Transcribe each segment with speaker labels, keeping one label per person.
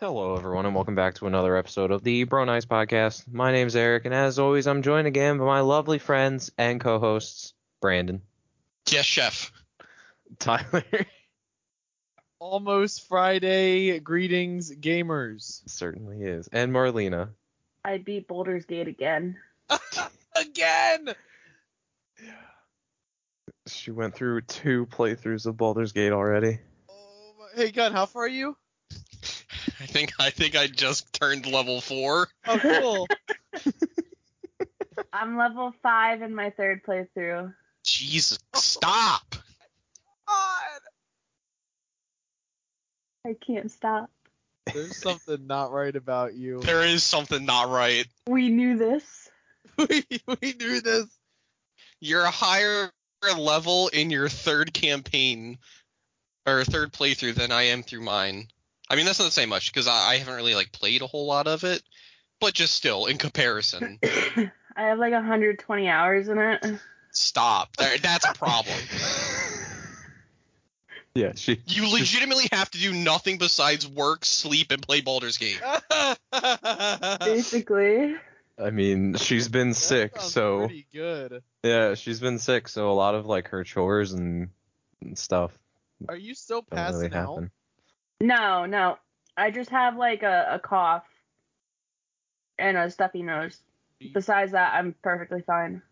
Speaker 1: Hello, everyone, and welcome back to another episode of the Bro Nice Podcast. My name's Eric, and as always, I'm joined again by my lovely friends and co-hosts, Brandon,
Speaker 2: Yes, chef.
Speaker 1: Tyler,
Speaker 3: Almost Friday greetings, gamers.
Speaker 1: certainly is, and Marlena.
Speaker 4: I beat Boulder's Gate again.
Speaker 3: Again!
Speaker 1: She went through two playthroughs of Baldur's Gate already.
Speaker 3: Oh my- Hey, Gun, how far are you?
Speaker 2: I think I think I just turned level four.
Speaker 3: Oh, cool.
Speaker 4: I'm level five in my third playthrough.
Speaker 2: Jesus, stop!
Speaker 3: God!
Speaker 4: I can't stop.
Speaker 3: There's something not right about you.
Speaker 2: There is something not right.
Speaker 4: We knew this.
Speaker 3: we, we knew this.
Speaker 2: You're a higher level in your third campaign or third playthrough than I am through mine. I mean, that's not saying much because I, I haven't really like played a whole lot of it, but just still in comparison,
Speaker 4: I have like 120 hours in it.
Speaker 2: stop. There, that's a problem.
Speaker 1: Yeah, she.
Speaker 2: You legitimately have to do nothing besides work, sleep, and play Baldur's Gate.
Speaker 4: Basically,
Speaker 1: I mean, she's been
Speaker 3: That
Speaker 1: sick,
Speaker 3: sounds
Speaker 1: so
Speaker 3: Pretty good.
Speaker 1: yeah, she's been sick, so a lot of like her chores and, and stuff
Speaker 3: Are you still
Speaker 1: don't really
Speaker 3: passing out?
Speaker 1: happen.
Speaker 4: no, no. I just have like a, a cough and a stuffy nose. Besides that, I'm perfectly fine.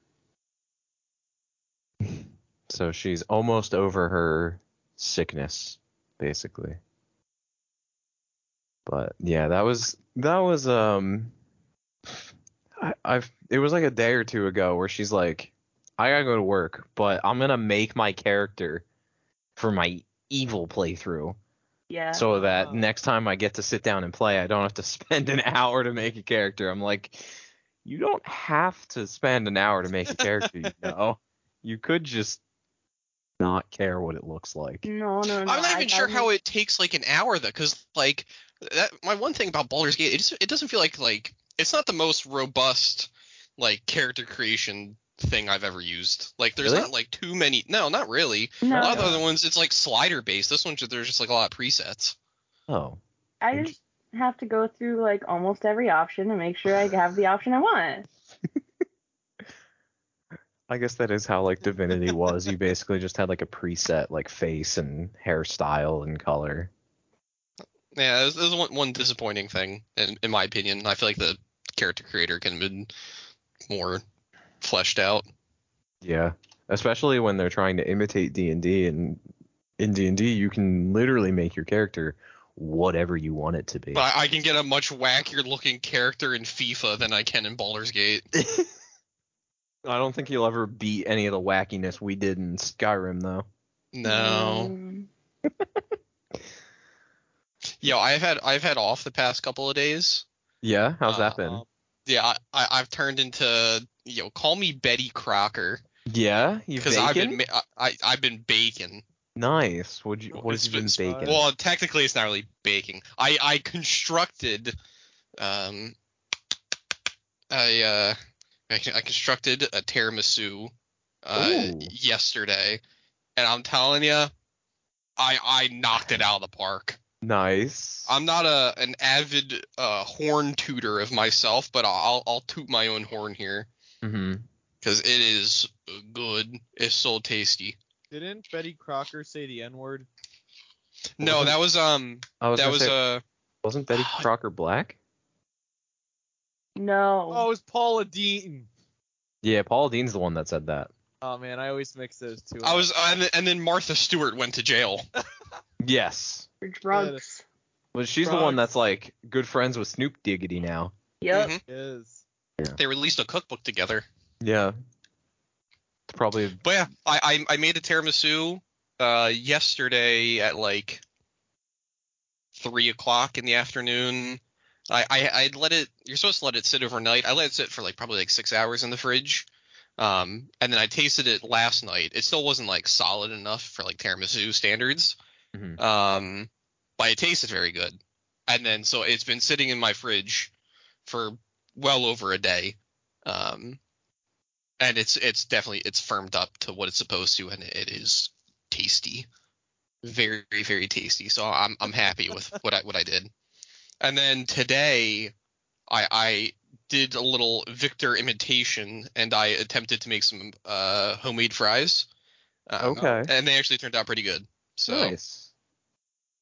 Speaker 1: So she's almost over her sickness, basically. But yeah, that was that was um I, I've it was like a day or two ago where she's like, I gotta go to work, but I'm gonna make my character for my evil playthrough
Speaker 4: Yeah.
Speaker 1: so that
Speaker 3: Oh.
Speaker 1: next time I get to sit down and play, I don't have to spend an hour to make a character. I'm like, you don't have to spend an hour to make a character, you know? You could just not care what it looks like.
Speaker 4: no, no, no.
Speaker 2: I'm not even
Speaker 4: I
Speaker 2: sure how
Speaker 4: wasn't-
Speaker 2: it takes like an hour though, because like that, my one thing about Baldur's Gate, it, just, it doesn't feel like like it's not the most robust like character creation thing I've ever used. Like there's
Speaker 1: Really?
Speaker 2: not like too many. No, not really. A lot
Speaker 4: No,
Speaker 2: of the other ones, it's like slider based. This one, there's just like a lot of presets.
Speaker 1: Oh.
Speaker 4: I just have to go through like almost every option to make sure I have the option I want.
Speaker 1: I guess that is how like Divinity was. You basically just had like a preset like face and hairstyle and color.
Speaker 2: Yeah, there's, there's one, one disappointing thing in, in my opinion. I feel like the character creator can have been more fleshed out.
Speaker 1: Yeah. Especially when they're trying to imitate D&D and in D&D you can literally make your character whatever you want it to be.
Speaker 2: But I, I can get a much wackier looking character in FIFA than I can in Baldur's Gate.
Speaker 1: I don't think he'll ever beat any of the wackiness we did in Skyrim, though.
Speaker 2: No.
Speaker 4: Um,
Speaker 2: Yo, I've had I've had off the past couple of days.
Speaker 1: Yeah, how's that
Speaker 2: Uh,
Speaker 1: been?
Speaker 3: um,
Speaker 2: Yeah, I, I I've turned into you know call me Betty Crocker
Speaker 1: yeah, you
Speaker 2: because
Speaker 1: bacon.
Speaker 2: I've been ma- I, I I've been baking.
Speaker 1: nice. Would you? What
Speaker 2: It's
Speaker 1: have you been
Speaker 2: been-
Speaker 1: baking?
Speaker 2: Well, technically it's not really baking. I I constructed um I uh I, con- I constructed a tiramisu uh,
Speaker 1: Ooh.
Speaker 2: yesterday, and I'm telling you, I I knocked it out of the park.
Speaker 1: nice.
Speaker 2: I'm not a an avid uh, horn tutor of myself, but I'll I'll toot my own horn here
Speaker 1: hmm
Speaker 2: because it is good. It's so tasty.
Speaker 3: Didn't Betty Crocker say the N word?
Speaker 2: No, that was um
Speaker 1: I was
Speaker 2: that
Speaker 1: gonna
Speaker 2: was
Speaker 1: say,
Speaker 2: uh
Speaker 1: wasn't Betty Crocker black?
Speaker 4: no.
Speaker 3: Oh, it was Paula Deaton.
Speaker 1: Yeah, Paul Dean's the one that said that.
Speaker 3: Oh man, I always mix those two.
Speaker 2: I
Speaker 3: up.
Speaker 2: was and, then- and then Martha Stewart went to jail.
Speaker 1: Yes,
Speaker 4: We're drunks.
Speaker 1: but she's the one
Speaker 3: Drugs.
Speaker 1: that's like good friends with Snoop Diggity now.
Speaker 4: Yep.
Speaker 1: Mm-hmm.
Speaker 2: Mhm.
Speaker 3: Yes.
Speaker 2: They released a cookbook together.
Speaker 1: Yeah, it's probably
Speaker 2: But yeah, I I, I made a tiramisu uh yesterday at like three o'clock in the afternoon. I, I I'd let it. You're supposed to let it sit overnight. I let it sit for like probably like six hours in the fridge. Um, and then I tasted it last night. It still wasn't like solid enough for like tiramisu standards.
Speaker 1: Mhm.
Speaker 2: Um, but it tasted very good. And then so it's been sitting in my fridge for well over a day. Um, and it's it's definitely it's firmed up to what it's supposed to, and it is tasty, very very tasty. So I'm I'm happy with what I what I did. And then today, I I did a little Victor imitation, and I attempted to make some uh, homemade fries. Um,
Speaker 1: Okay.
Speaker 2: And they actually turned out pretty good. So
Speaker 1: Nice.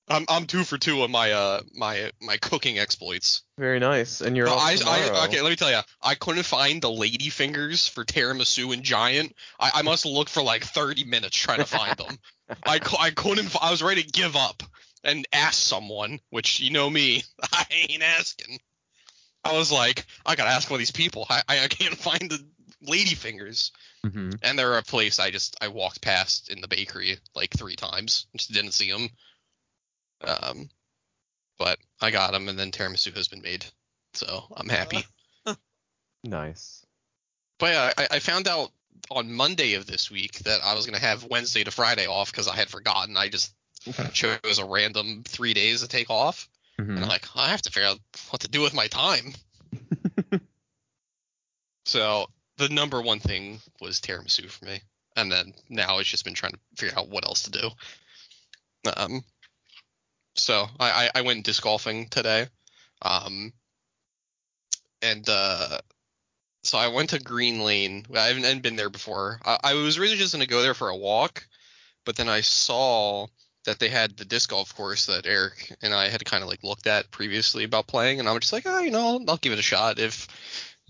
Speaker 2: I'm I'm two for two on my uh my my cooking exploits.
Speaker 1: Very nice. And you're
Speaker 2: But
Speaker 1: off
Speaker 2: I,
Speaker 1: tomorrow.
Speaker 2: I, okay, let me tell you, I couldn't find the lady fingers for tiramisu and giant. I, I must look for like 30 minutes trying to find them. I, cou- I couldn't. fi- I was ready to give up and ask someone, which you know me, I ain't asking. I was like, I gotta ask one of these people. I, I I can't find the lady fingers,
Speaker 1: Mhm.
Speaker 2: and they're a place I just I walked past in the bakery like three times, just didn't see them. Um, but I got them, and then tiramisu has been made, so I'm
Speaker 3: Uh-huh.
Speaker 2: happy.
Speaker 1: Nice.
Speaker 2: But yeah, I, I found out on Monday of this week that I was gonna have Wednesday to Friday off because I had forgotten. I just chose a random three days to take off,
Speaker 1: Mhm.
Speaker 2: and I'm like, I have to figure out what to do with my time. so the number one thing was tiramisu for me, and then now it's just been trying to figure out what else to do. Um, so I, I, I went disc golfing today, um, and uh so I went to Green Lane. I haven't I hadn't been there before. I, I was really just gonna go there for a walk, but then I saw that they had the disc golf course that Eric and I had kind of like looked at previously about playing, and I'm just like, oh, you know, I'll, I'll give it a shot. If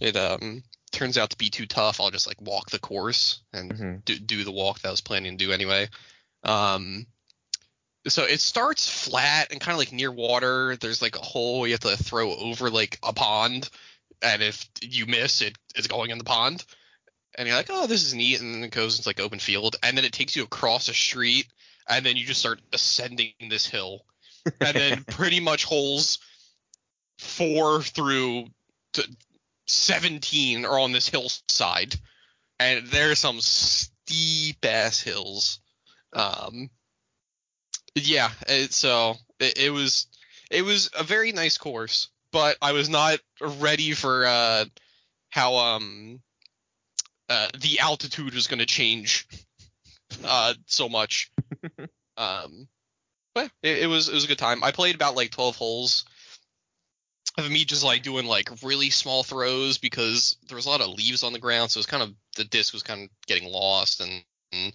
Speaker 2: it um turns out to be too tough, I'll just like walk the course and
Speaker 1: Mhm.
Speaker 2: do, do the walk that I was planning to do anyway. Um, so it starts flat and kind of like near water. There's like a hole you have to throw over like a pond, and if you miss, it it's going in the pond. And you're like, oh, this is neat, and then it goes into like open field, and then it takes you across a street, and then you just start ascending this hill, and then pretty much holes four through to 17 are on this hillside, and there's some steep ass hills. Um, yeah, it, so it, it was it was a very nice course, but I was not ready for uh, how um uh, the altitude was going to change uh, so much. um, but it, it was it was a good time. I played about like twelve holes of me just like doing like really small throws because there was a lot of leaves on the ground, so it was kind of the disc was kind of getting lost, and, and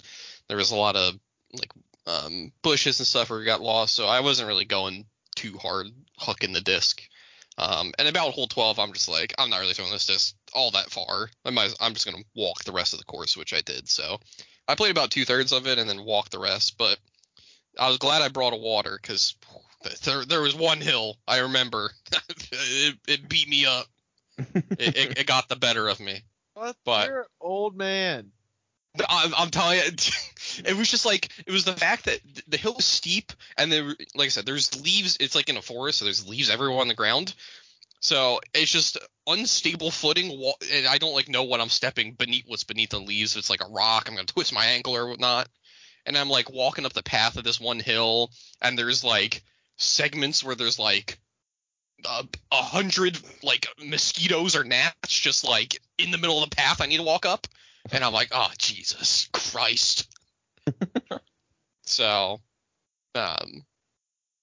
Speaker 2: there was a lot of like um, bushes and stuff where it got lost. So I wasn't really going too hard hucking the disc. Um, and about hole 12, I'm just like, I'm not really throwing this disc all that far. I might, as- I'm just gonna walk the rest of the course, which I did. So I played about two thirds of it and then walked the rest. But I was glad I brought a water because there, there was one hill I remember. it, it beat me up. It, it, it got the better of me.
Speaker 3: What?
Speaker 2: But-
Speaker 3: You're an old man.
Speaker 2: I'm, I'm telling you, it was just like it was the fact that th- the hill was steep, and there, were- like I said, there's leaves. It's like in a forest, so there's leaves everywhere on the ground. So it's just unstable footing, wa- and I don't like know what I'm stepping beneath. What's beneath the leaves? If It's like a rock. I'm gonna twist my ankle or whatnot. And I'm like walking up the path of this one hill, and there's like segments where there's like a, a hundred like mosquitoes or gnats just like in the middle of the path I need to walk up and I'm like, oh Jesus Christ. so, um,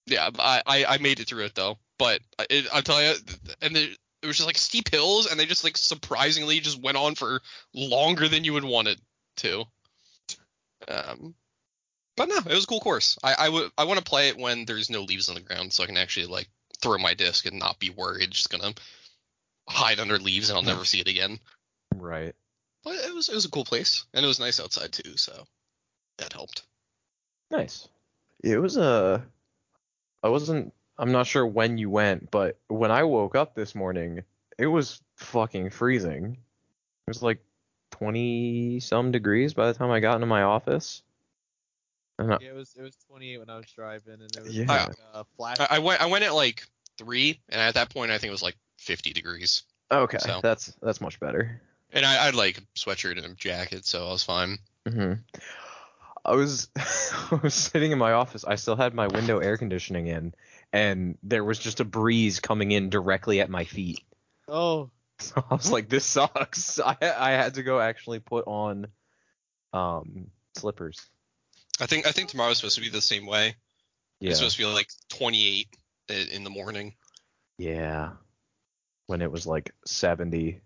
Speaker 2: yeah, I, I I made it through it though, but it, I'm telling you, and there it was just like steep hills, and they just like surprisingly just went on for longer than you would want it to. Um, but no, it was a cool course. I I would I want to play it when there's no leaves on the ground, so I can actually like throw my disc and not be worried. Just gonna hide under leaves and I'll never see it again
Speaker 1: Right.
Speaker 2: but it was it was a cool place and it was nice outside too so that helped
Speaker 1: Nice. It was a. I wasn't. I'm not sure when you went, but when I woke up this morning, it was fucking freezing. It was like 20 some degrees by the time I got into my office. And I,
Speaker 3: Yeah, it was it was 28 when I was driving, and it was
Speaker 1: Yeah.
Speaker 3: like, uh, flash.
Speaker 2: I, I went i went at like three and at that point i think it was like 50 degrees
Speaker 1: okay,
Speaker 2: So-
Speaker 1: that's that's much better.
Speaker 2: and i i had like a sweatshirt and a jacket so i was fine
Speaker 1: hmm I was I was sitting in my office. I still had my window air conditioning in, and there was just a breeze coming in directly at my feet.
Speaker 3: oh,
Speaker 1: So I was like, this sucks. I I had to go actually put on um slippers.
Speaker 2: i think i think tomorrow's supposed to be the same way
Speaker 1: Yeah.
Speaker 2: it's supposed to be like 28 i- in the morning
Speaker 1: Yeah. When it was like 70,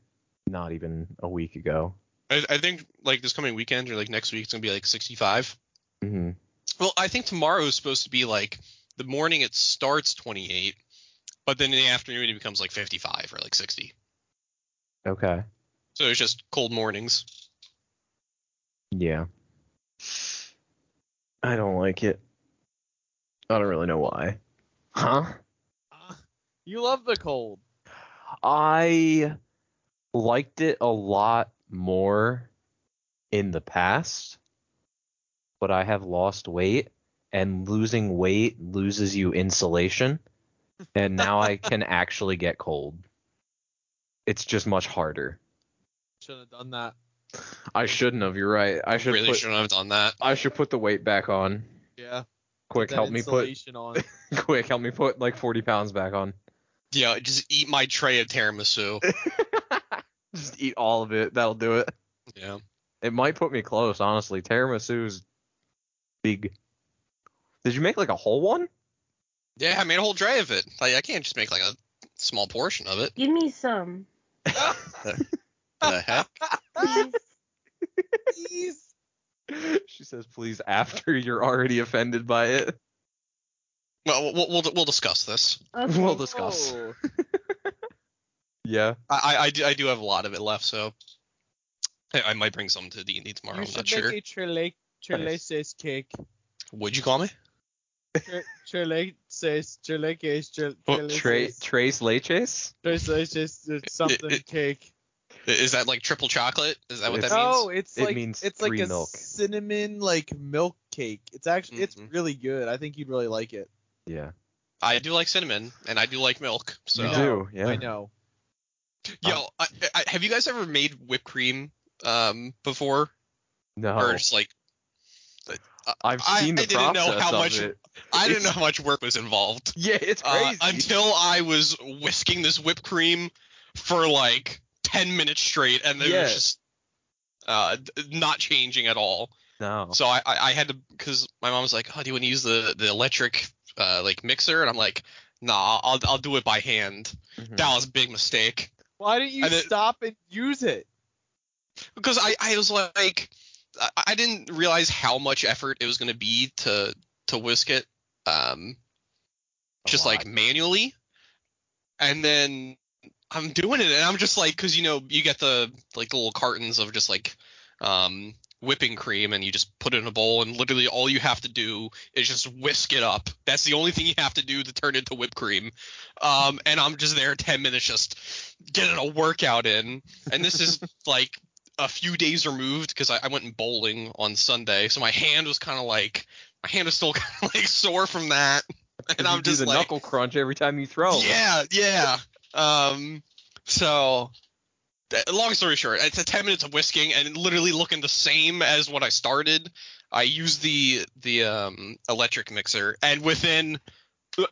Speaker 1: not even a week ago.
Speaker 2: I, I think like this coming weekend or like next week it's gonna be like 65.
Speaker 1: hmm
Speaker 2: Well, I think tomorrow is supposed to be like the morning it starts 28, but then in the afternoon it becomes like 55 or like 60.
Speaker 1: Okay.
Speaker 2: So it's just cold mornings.
Speaker 1: Yeah. I don't like it. I don't really know why. Huh?
Speaker 3: Ah, You love the cold.
Speaker 1: I liked it a lot more in the past, but I have lost weight, and losing weight loses you insulation, and now I can actually get cold. It's just much harder.
Speaker 3: Shouldn't have done that.
Speaker 1: I shouldn't have. You're right. I should
Speaker 2: really
Speaker 1: put,
Speaker 2: shouldn't have done that.
Speaker 1: I should put the weight back on.
Speaker 3: Yeah.
Speaker 1: Quick,
Speaker 3: That
Speaker 1: help me put.
Speaker 3: insulation on.
Speaker 1: Quick, help me put like 40 pounds back on.
Speaker 2: Yeah, just eat my tray of tiramisu.
Speaker 1: Just eat all of it. That'll do it.
Speaker 2: yeah.
Speaker 1: It might put me close, honestly. Tiramisu's big. Did you make like a whole one?
Speaker 2: Yeah, I made a whole tray of it. I, I can't just make like a small portion of it.
Speaker 4: Give me some.
Speaker 2: What the heck?
Speaker 3: Ah,
Speaker 4: Please.
Speaker 3: Please.
Speaker 1: she says, "Please," after you're already offended by it.
Speaker 2: Well, we'll we'll, we'll discuss this.
Speaker 4: Okay.
Speaker 1: We'll discuss.
Speaker 3: Oh.
Speaker 1: Yeah.
Speaker 2: I, I, I, do, I do have a lot of it left, so I, I might bring some to D and D tomorrow.
Speaker 3: You
Speaker 2: I'm
Speaker 3: should
Speaker 2: not
Speaker 3: make
Speaker 2: sure.
Speaker 3: a trele- treleces cake.
Speaker 2: Would you call me?
Speaker 3: Tre- Treleces, treleces, tre-
Speaker 2: Well,
Speaker 1: Tra-
Speaker 3: treleces,
Speaker 1: Trace Leches.
Speaker 3: treleces, it's something
Speaker 2: Oh, it-
Speaker 3: cake.
Speaker 2: I- Is that like triple chocolate? Is that what that
Speaker 1: It's-
Speaker 3: no,
Speaker 2: means?
Speaker 3: Oh, it's
Speaker 1: it
Speaker 3: like
Speaker 1: means
Speaker 3: it's like
Speaker 1: three
Speaker 3: a
Speaker 1: milk.
Speaker 3: cinnamon like milk cake. It's actually it's
Speaker 2: Mhm.
Speaker 3: really good. I think you'd really like it.
Speaker 1: Yeah.
Speaker 2: I do like cinnamon, and I do like milk. So,
Speaker 1: you
Speaker 3: No.
Speaker 1: do. Yeah.
Speaker 3: I know.
Speaker 2: yo, I, I, have you guys ever made whipped cream um before,
Speaker 1: No.
Speaker 2: or just like
Speaker 1: I've
Speaker 2: I-
Speaker 1: seen the
Speaker 2: I didn't know
Speaker 1: process
Speaker 2: how
Speaker 1: of
Speaker 2: much-
Speaker 1: it.
Speaker 2: I didn't know how much work was involved
Speaker 1: Yeah, it's
Speaker 2: uh,
Speaker 1: crazy.
Speaker 2: until I was whisking this whipped cream for like ten minutes straight, and it
Speaker 1: Yeah.
Speaker 2: was just uh d- not changing at all.
Speaker 1: no.
Speaker 2: So I, I, I had to because my mom was like, "Oh, do you want to use the the electric uh, like mixer?" And I'm like, "Nah, I'll I'll do it by hand."
Speaker 1: Mhm.
Speaker 2: That was a big mistake
Speaker 3: Why didn't you
Speaker 2: And it-
Speaker 3: stop and use it?
Speaker 2: because I I was like, I, I didn't realize how much effort it was gonna be to to whisk it, um,
Speaker 1: A
Speaker 2: just
Speaker 1: lot.
Speaker 2: like manually, and then I'm doing it and I'm just like, because you know you get the like the little cartons of just like, um. Whipping cream, and you just put it in a bowl, and literally all you have to do is just whisk it up. That's the only thing you have to do to turn it into whipped cream. Um, and I'm just there 10 minutes just getting a workout in. And this is like a few days removed because I, I went bowling on Sunday. So my hand was kind of like, my hand is still kind of like sore from that. And
Speaker 1: You
Speaker 2: I'm
Speaker 1: do
Speaker 2: just
Speaker 1: the
Speaker 2: like,
Speaker 1: knuckle crunch every time you throw.
Speaker 2: yeah, yeah. Um, so, th- long story short, it's a 10 minutes of whisking and literally looking the same as when I started. I used the the um, electric mixer, and within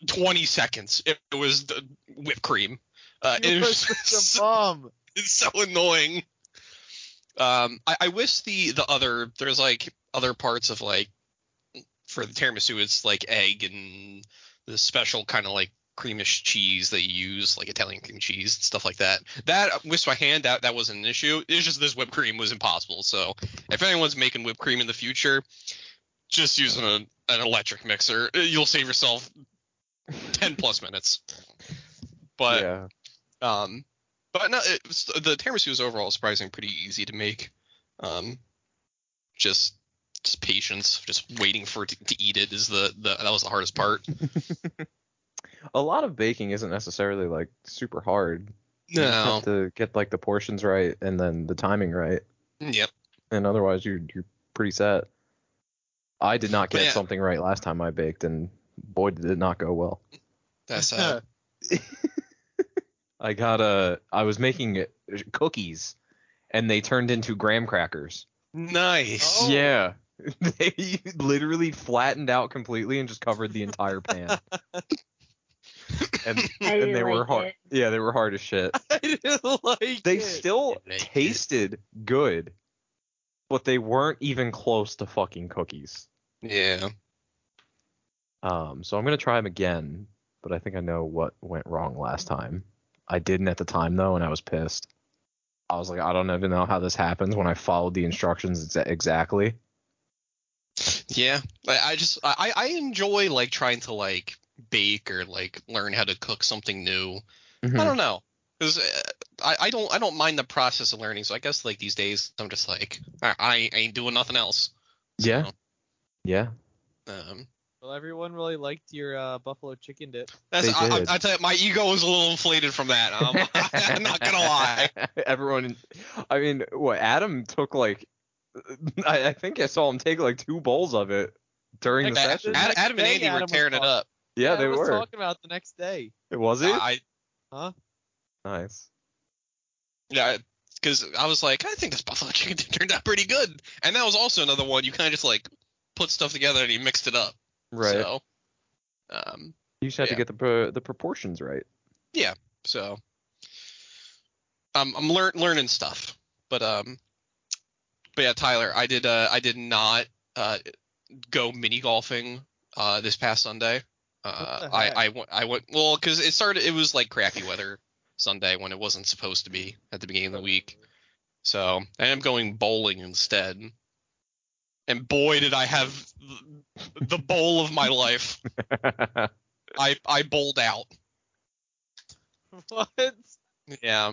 Speaker 2: 20 seconds, it, it was the whipped cream. Uh,
Speaker 3: You
Speaker 2: it
Speaker 3: were
Speaker 2: was
Speaker 3: such a
Speaker 2: so,
Speaker 3: bum.
Speaker 2: it's so annoying. Um, I, I wish the the other there's like other parts of like for the tiramisu, it's like egg and the special kind of like creamish cheese they use, like Italian cream cheese and stuff like that. That uh, with my hand, that that wasn't an issue. It's just this whipped cream was impossible. So if anyone's making whipped cream in the future, just use an an electric mixer. uh, You'll save yourself ten plus minutes. But
Speaker 1: yeah.
Speaker 2: um, but no, it was, the tiramisu was overall surprising, pretty easy to make. Um, just just patience, just waiting for it to, to eat it is the, the that was the hardest part.
Speaker 1: A lot of baking isn't necessarily like super hard. You just
Speaker 2: No,
Speaker 1: have to get like the portions right and then the timing right,
Speaker 2: yep.
Speaker 1: and otherwise you you're pretty set. I did not
Speaker 2: But
Speaker 1: get
Speaker 2: yeah.
Speaker 1: something right last time I baked, and boy did it not go well.
Speaker 2: That's uh,
Speaker 1: I got a I was making cookies, and they turned into graham crackers.
Speaker 2: nice.
Speaker 3: Oh.
Speaker 1: Yeah. They literally flattened out completely and just covered the entire pan. and
Speaker 4: I
Speaker 1: and they
Speaker 4: like
Speaker 1: were hard.
Speaker 4: It.
Speaker 1: Yeah, they were hard as shit.
Speaker 3: I didn't like
Speaker 1: they
Speaker 3: it.
Speaker 1: still
Speaker 2: Yeah, they did.
Speaker 1: tasted good, but they weren't even close to fucking cookies.
Speaker 2: Yeah.
Speaker 1: Um, so I'm gonna try them again, but I think I know what went wrong last time. I didn't at the time though, and I was pissed. I was like, I don't even know how this happens when I followed the instructions exa- exactly.
Speaker 2: Yeah, I, I just I I enjoy like trying to like bake or like learn how to cook something new.
Speaker 1: Hmm.
Speaker 2: I don't know. 'Cause, uh, I, I don't I don't mind the process of learning. So I guess like these days I'm just like I, I ain't doing nothing else.
Speaker 1: Yeah.
Speaker 2: So,
Speaker 1: Yeah.
Speaker 2: um,
Speaker 3: Well, everyone really liked your uh, buffalo chicken dip.
Speaker 2: that's,
Speaker 1: They
Speaker 2: I, I,
Speaker 1: did.
Speaker 2: I tell you, my ego is a little inflated from that. I'm, Um, I'm not gonna lie.
Speaker 1: Everyone, I mean, what Adam took like, I, I think I saw him take like two bowls of it during the
Speaker 2: Ad-
Speaker 1: session.
Speaker 2: Ad-
Speaker 3: Next
Speaker 2: Adam and
Speaker 3: day,
Speaker 2: Andy
Speaker 3: Adam
Speaker 2: were
Speaker 3: was
Speaker 2: tearing it
Speaker 3: talking.
Speaker 2: up.
Speaker 1: yeah,
Speaker 3: I
Speaker 1: they
Speaker 3: was
Speaker 1: were.
Speaker 3: talking about the next day.
Speaker 1: It was it
Speaker 2: I
Speaker 3: Huh?
Speaker 1: nice.
Speaker 2: yeah, because I was like I think this buffalo chicken turned out pretty good, and that was also another one you kind of just like put stuff together and you mixed it up.
Speaker 1: Right.
Speaker 2: So, um,
Speaker 1: you just have
Speaker 2: yeah.
Speaker 1: to get the pro- the proportions right.
Speaker 2: So um, I'm lear- learning stuff, but um, but yeah, Tyler, I did uh, I did not uh, go mini golfing uh, this past Sunday. Uh,
Speaker 3: What the
Speaker 2: I
Speaker 3: heck?
Speaker 2: I went I went well because it started it was like crappy weather Sunday when it wasn't supposed to be at the beginning of the week. So I am going bowling instead. And boy, did I have th- the bowl of my life. I I bowled out.
Speaker 3: what?
Speaker 2: Yeah.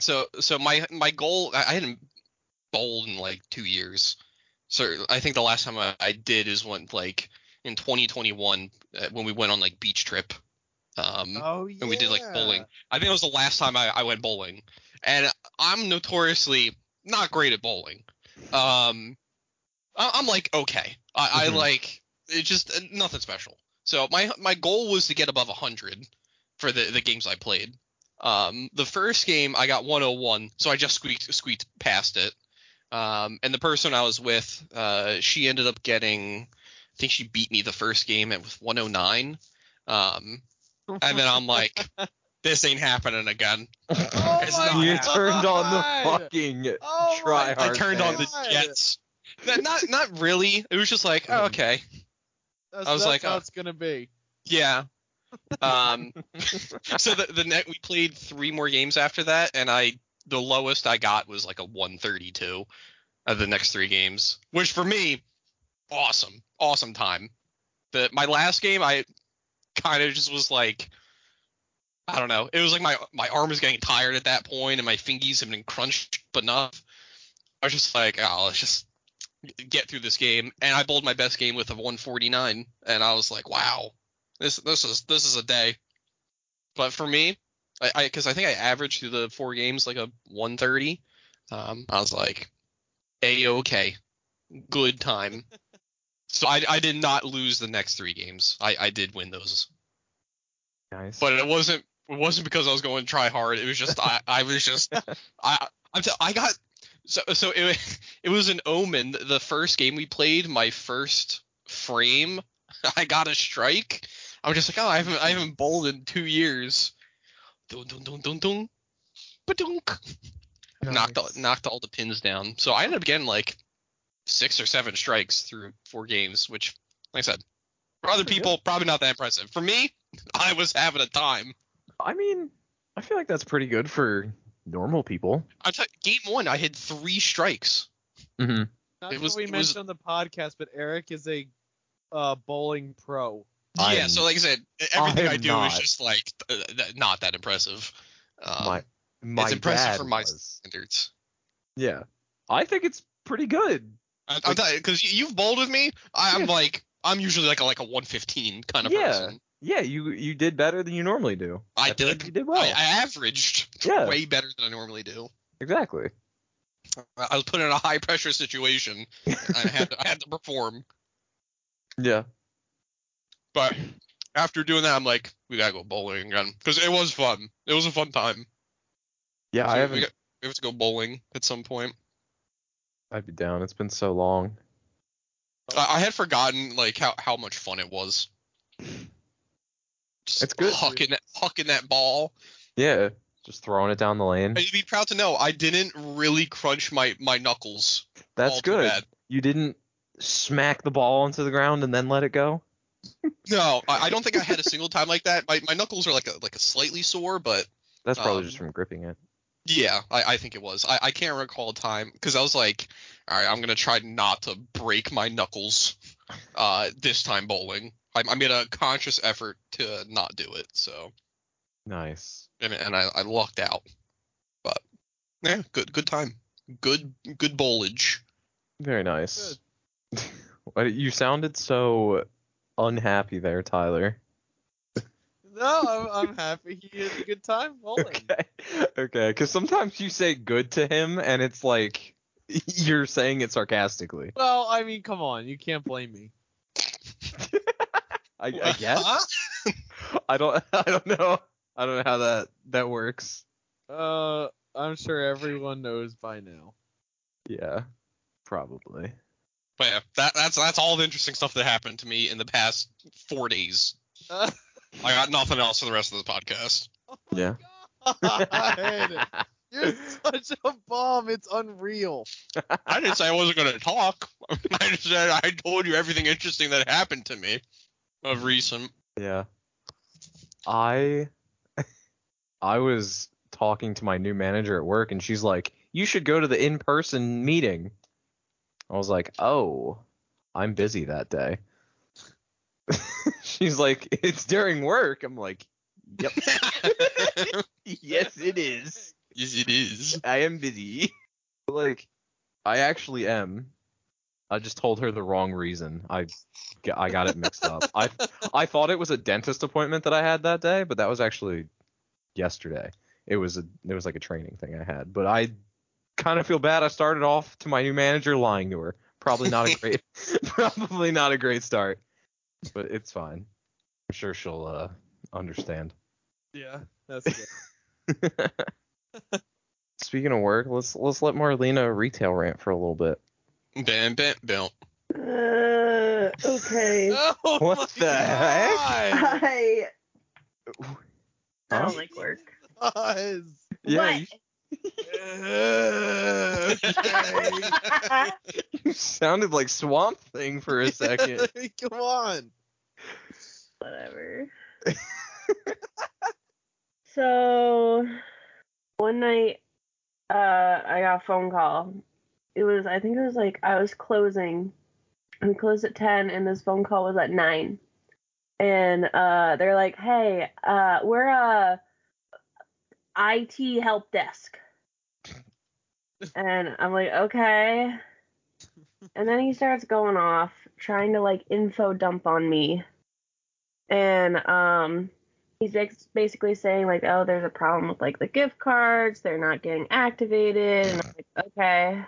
Speaker 2: So so my my goal I I hadn't bowled in like two years. So I think the last time I, I did is when like in 2021 uh, when we went on like beach trip. Um,
Speaker 3: Oh yeah.
Speaker 2: and we did like bowling. I think it was the last time I, I went bowling, and I'm notoriously not great at bowling. Um, I, I'm like okay, I,
Speaker 1: Mhm.
Speaker 2: I like it just uh, nothing special. So my my goal was to get above 100 for the the games I played. Um, the first game I got 101, so I just squeaked squeaked past it. Um, and the person I was with, uh, she ended up getting, I think she beat me the first game at with 109. Um, and then I'm like, this ain't happening again.
Speaker 3: Oh
Speaker 2: It's
Speaker 3: my
Speaker 2: not
Speaker 1: you
Speaker 2: happening.
Speaker 1: turned on the
Speaker 3: God.
Speaker 1: fucking.
Speaker 3: Oh
Speaker 1: Try
Speaker 3: my
Speaker 1: hard.
Speaker 2: I turned on the
Speaker 3: God.
Speaker 2: Jets. Not- Not not really. It was just like, oh, okay,
Speaker 3: That's,
Speaker 2: I was
Speaker 3: that's
Speaker 2: like,
Speaker 3: how
Speaker 2: uh,
Speaker 3: it's gonna be.
Speaker 2: yeah. Um, so the the net we played three more games after that, and I the lowest I got was like a 132 of the next three games, which for me, awesome, awesome time. The my last game, I kind of just was like, I don't know. It was like my my arm was getting tired at that point, and my fingies have been crunched up enough. I was just like, oh, let's just get through this game. And I bowled my best game with a 149, and I was like, wow, this this is this is a day. But for me, I because I, think I averaged through the four games like a 130. Um, I was like, a okay, good time. so I I did not lose the next three games. I I did win those
Speaker 1: Nice.
Speaker 2: but it wasn't it wasn't because I was going to try hard. It was just I, I was just I I'm t- I got so so it it was an omen. The first game we played, my first frame, I got a strike. I was just like, oh, I haven't I haven't bowled in two years. Dun dun dun dun dun, ba-dunk. Knocked all, knocked all the pins down. So I ended up getting like six or seven strikes through four games, which, like I said, for other
Speaker 1: Pretty good.
Speaker 2: people, probably not that impressive. For me, I was having a time.
Speaker 1: I mean, I feel like that's pretty good for normal people.
Speaker 2: I'm t- game one, I had three strikes.
Speaker 1: Mm-hmm.
Speaker 3: Not
Speaker 2: It
Speaker 3: sure
Speaker 2: was-
Speaker 3: we
Speaker 2: it was-
Speaker 3: mentioned on the podcast, but Eric is a uh, bowling pro.
Speaker 2: yeah,
Speaker 1: I'm-
Speaker 2: so like I said, e-, everything
Speaker 1: I'm
Speaker 2: I, do
Speaker 1: not.
Speaker 2: is just like uh, th- not that impressive. Um,
Speaker 1: my my
Speaker 2: impressive
Speaker 1: dad
Speaker 2: for my-
Speaker 1: was.
Speaker 2: standards.
Speaker 1: Yeah, I think it's pretty good.
Speaker 2: I, I'll tell you, because you, have bowled with me, I, I'm like I'm usually like a like a 115 kind of
Speaker 1: Yeah.
Speaker 2: person.
Speaker 1: Yeah, you you did better than you normally do.
Speaker 2: I
Speaker 1: feel like
Speaker 2: did.
Speaker 1: You did well.
Speaker 2: I, I averaged
Speaker 1: Yeah.
Speaker 2: way better than I normally do.
Speaker 1: exactly.
Speaker 2: I was put in a high pressure situation. I had to, I had to perform,
Speaker 1: Yeah.
Speaker 2: but after doing that, I'm like, we gotta go bowling again because it was fun. It was a fun time.
Speaker 1: Yeah,
Speaker 2: So
Speaker 1: I
Speaker 2: we
Speaker 1: haven't.
Speaker 2: got- we have to go bowling at some point.
Speaker 1: I'd be down. It's been so long.
Speaker 2: I, I had forgotten like how, how much fun it was. Just
Speaker 1: It's good.
Speaker 2: Hucking that, hucking that ball.
Speaker 1: Yeah, just throwing it down the lane.
Speaker 2: And you'd be proud to know I didn't really crunch my, my knuckles.
Speaker 1: That's
Speaker 2: all too
Speaker 1: good.
Speaker 2: bad.
Speaker 1: You didn't smack the ball into the ground and then let it go.
Speaker 2: No, I, I don't think I had a single time like that. My, my knuckles are like a like a slightly sore, but
Speaker 1: That's probably
Speaker 2: Um,
Speaker 1: just from gripping it.
Speaker 2: yeah, I, I think it was. I, I can't recall a time because I was like, all right, I'm gonna try not to break my knuckles uh, this time bowling. I, I made a conscious effort to not do it, so
Speaker 1: Nice.
Speaker 2: and, and I, I lucked out. But yeah, good good time, good good bowlage.
Speaker 1: Very nice. Why- you sounded so unhappy there, Tyler.
Speaker 3: No, I'm, I'm happy he had a good time bowling.
Speaker 1: Okay. Okay, cuz sometimes you say good to him and it's like you're saying it sarcastically.
Speaker 3: Well, I mean, come on, you can't blame me.
Speaker 1: I, I guess. I don't I don't know. I don't know how that that works.
Speaker 3: Uh, I'm sure everyone knows by now.
Speaker 1: Yeah. Probably.
Speaker 2: But yeah, that, that's that's all the interesting stuff that happened to me in the past four days.
Speaker 3: Uh,
Speaker 2: I got nothing else for the rest of the podcast.
Speaker 3: oh
Speaker 1: Yeah.
Speaker 3: my God. You're such a bomb. It's unreal.
Speaker 2: I didn't say I wasn't going to talk. I just said I told you everything interesting that happened to me of recent.
Speaker 1: Yeah. I I was talking to my new manager at work and she's like, "You should go to the in-person meeting." I was like, "Oh, I'm busy that day." she's like, "It's during work." I'm like, "Yep. yes, it is.
Speaker 2: Yes, it is.
Speaker 1: I am busy." like I actually am. I just told her the wrong reason. I I got it mixed up. I I thought it was a dentist appointment that I had that day, but that was actually yesterday. It was a it was like a training thing I had, but I kind of feel bad. I started off to my new manager lying to her. Probably not a great probably not a great start, but it's fine. I'm sure she'll uh, understand.
Speaker 3: Yeah, that's good.
Speaker 1: Speaking of work, let's let's let Marlena retail rant for a little bit.
Speaker 2: Bam, bam, bam.
Speaker 4: Uh, okay.
Speaker 3: oh
Speaker 1: What
Speaker 3: my
Speaker 1: the heck?
Speaker 3: God.
Speaker 4: I, I
Speaker 1: Huh?
Speaker 4: don't like work.
Speaker 3: Guys.
Speaker 1: Yeah,
Speaker 4: What?
Speaker 1: you sounded like Swamp Thing for a second.
Speaker 3: Come on.
Speaker 4: Whatever. so one night uh I got a phone call. It was I think it was like I was closing. We closed at ten and this phone call was at nine. And uh they're like, Hey, uh we're a IT help desk. And I'm like, okay. And then he starts going off, trying to like info dump on me and um he's ex- basically saying like oh there's a problem with like the gift cards they're not getting activated and i'm like okay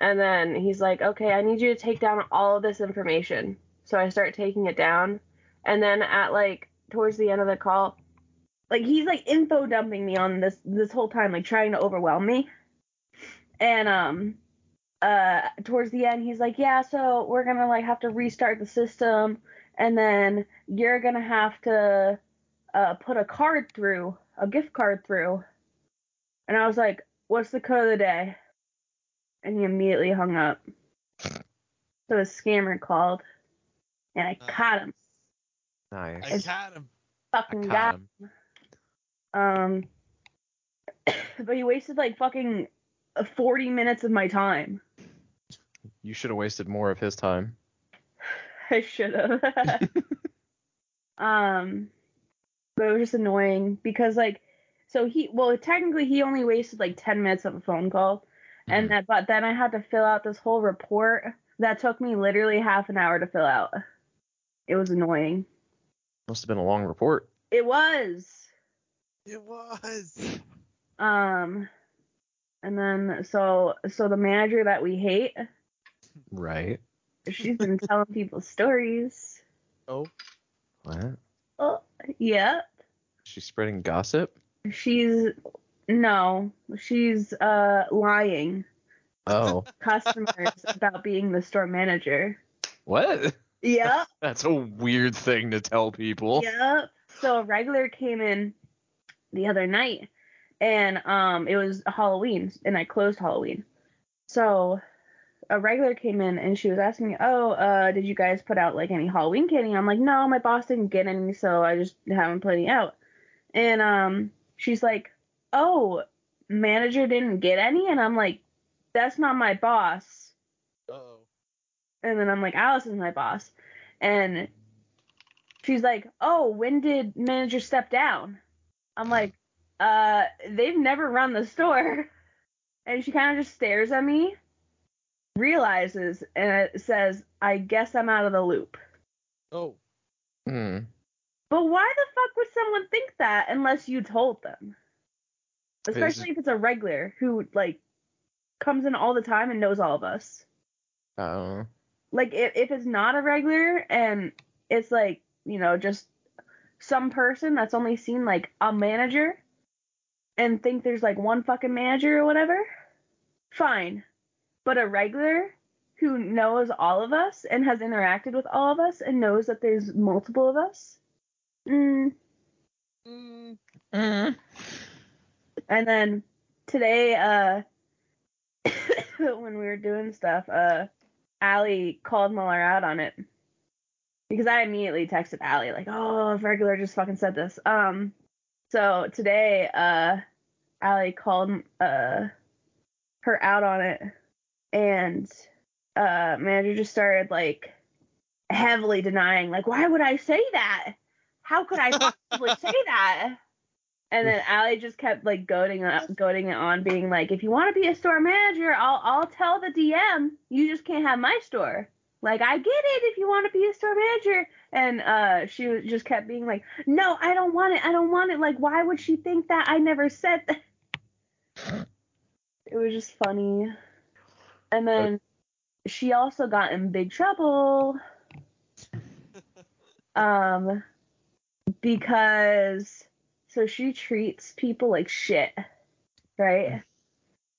Speaker 4: and then he's like okay i need you to take down all of this information so i start taking it down and then at like towards the end of the call like he's like info dumping me on this this whole time like trying to overwhelm me and um uh towards the end he's like yeah so we're gonna like have to restart the system and then you're gonna have to uh, put a card through, a gift card through. And I was like, "What's the code of the day?" And he immediately hung up. So the scammer called, and I
Speaker 3: Nice.
Speaker 4: caught him.
Speaker 1: Nice.
Speaker 3: I got him.
Speaker 4: Fucking got him. Um, but he wasted like fucking uh, 40 minutes of my time.
Speaker 1: You should have wasted more of his time.
Speaker 4: I should have. um, but it was just annoying because like, so he well technically he only wasted like ten minutes of a phone call, and that but then I had to fill out this whole report that took me literally half an hour to fill out. It was annoying.
Speaker 1: Must have been a long report.
Speaker 4: It was.
Speaker 3: It was.
Speaker 4: Um, and then so so the manager that we hate,
Speaker 1: Right.
Speaker 4: she's been telling people stories.
Speaker 3: Oh.
Speaker 1: What?
Speaker 4: Oh yeah.
Speaker 1: She's spreading gossip?
Speaker 4: She's no, she's uh lying
Speaker 1: Oh.
Speaker 4: customers about being the store manager.
Speaker 1: what?
Speaker 4: Yep,
Speaker 1: That's a weird thing to tell people.
Speaker 4: yep. So a regular came in the other night and um it was Halloween and I closed Halloween. So a regular came in and she was asking me, "Oh, uh, did you guys put out like any Halloween candy?" I'm like, "No, my boss didn't get any, so I just haven't put any out." And um, she's like, "Oh, manager didn't get any," and I'm like, "That's not my boss."
Speaker 3: oh.
Speaker 4: And then I'm like, "Alice is my boss," and she's like, "Oh, when did manager step down?" I'm like, "Uh, they've never run the store," and she kind of just stares at me realizes and it says, I guess I'm out of the loop.
Speaker 3: Oh.
Speaker 1: Hmm.
Speaker 4: But why the fuck would someone think that unless you told them?
Speaker 1: is-
Speaker 4: Especially if it's a regular who like comes in all the time and knows all of us.
Speaker 1: Oh.
Speaker 4: Like if, if it's not a regular and it's like, you know, just some person that's only seen like a manager and think there's like one fucking manager or whatever, fine. But a regular who knows all of us and has interacted with all of us and knows that there's multiple of us. Mm.
Speaker 3: Mm.
Speaker 4: And then today, uh, when we were doing stuff, uh, Allie called Muller out on it because I immediately texted Allie like, "Oh, if regular just fucking said this." Um, so today, uh, Allie called uh her out on it, and uh, manager just started like heavily denying, like, "Why would I say that? How could I possibly say that?" And then Allie just kept like goading it, goading it on, being like, "If you want to be a store manager, I'll I'll tell the DM. You just can't have my store. Like I get it if you want to be a store manager." And uh, she was- just kept being like, "No, I don't want it. I don't want it. Like why would she think that? I never said that." It was just funny. And then she also got in big trouble. Um, because so she treats people like shit, right?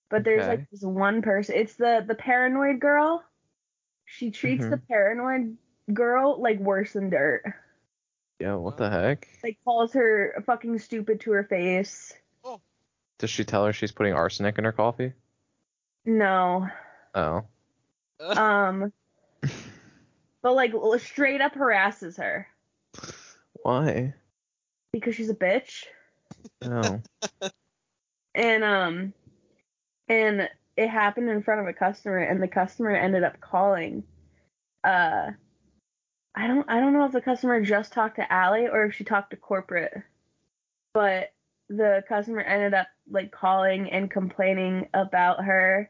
Speaker 4: But there's
Speaker 1: Okay.
Speaker 4: like this one person. It's the the paranoid girl. She treats the paranoid girl like worse than dirt.
Speaker 1: Yeah. What the heck?
Speaker 4: Like calls her fucking stupid to her face.
Speaker 1: Does she tell her she's putting arsenic in her coffee?
Speaker 4: No.
Speaker 1: Oh.
Speaker 4: Um but like l- straight up harasses her
Speaker 1: Why? Oh.
Speaker 4: because she's a bitch.
Speaker 1: No.
Speaker 4: and um and it happened in front of a customer and the customer ended up calling uh i don't i don't know if the customer just talked to Allie or if she talked to corporate but the customer ended up like calling and complaining about her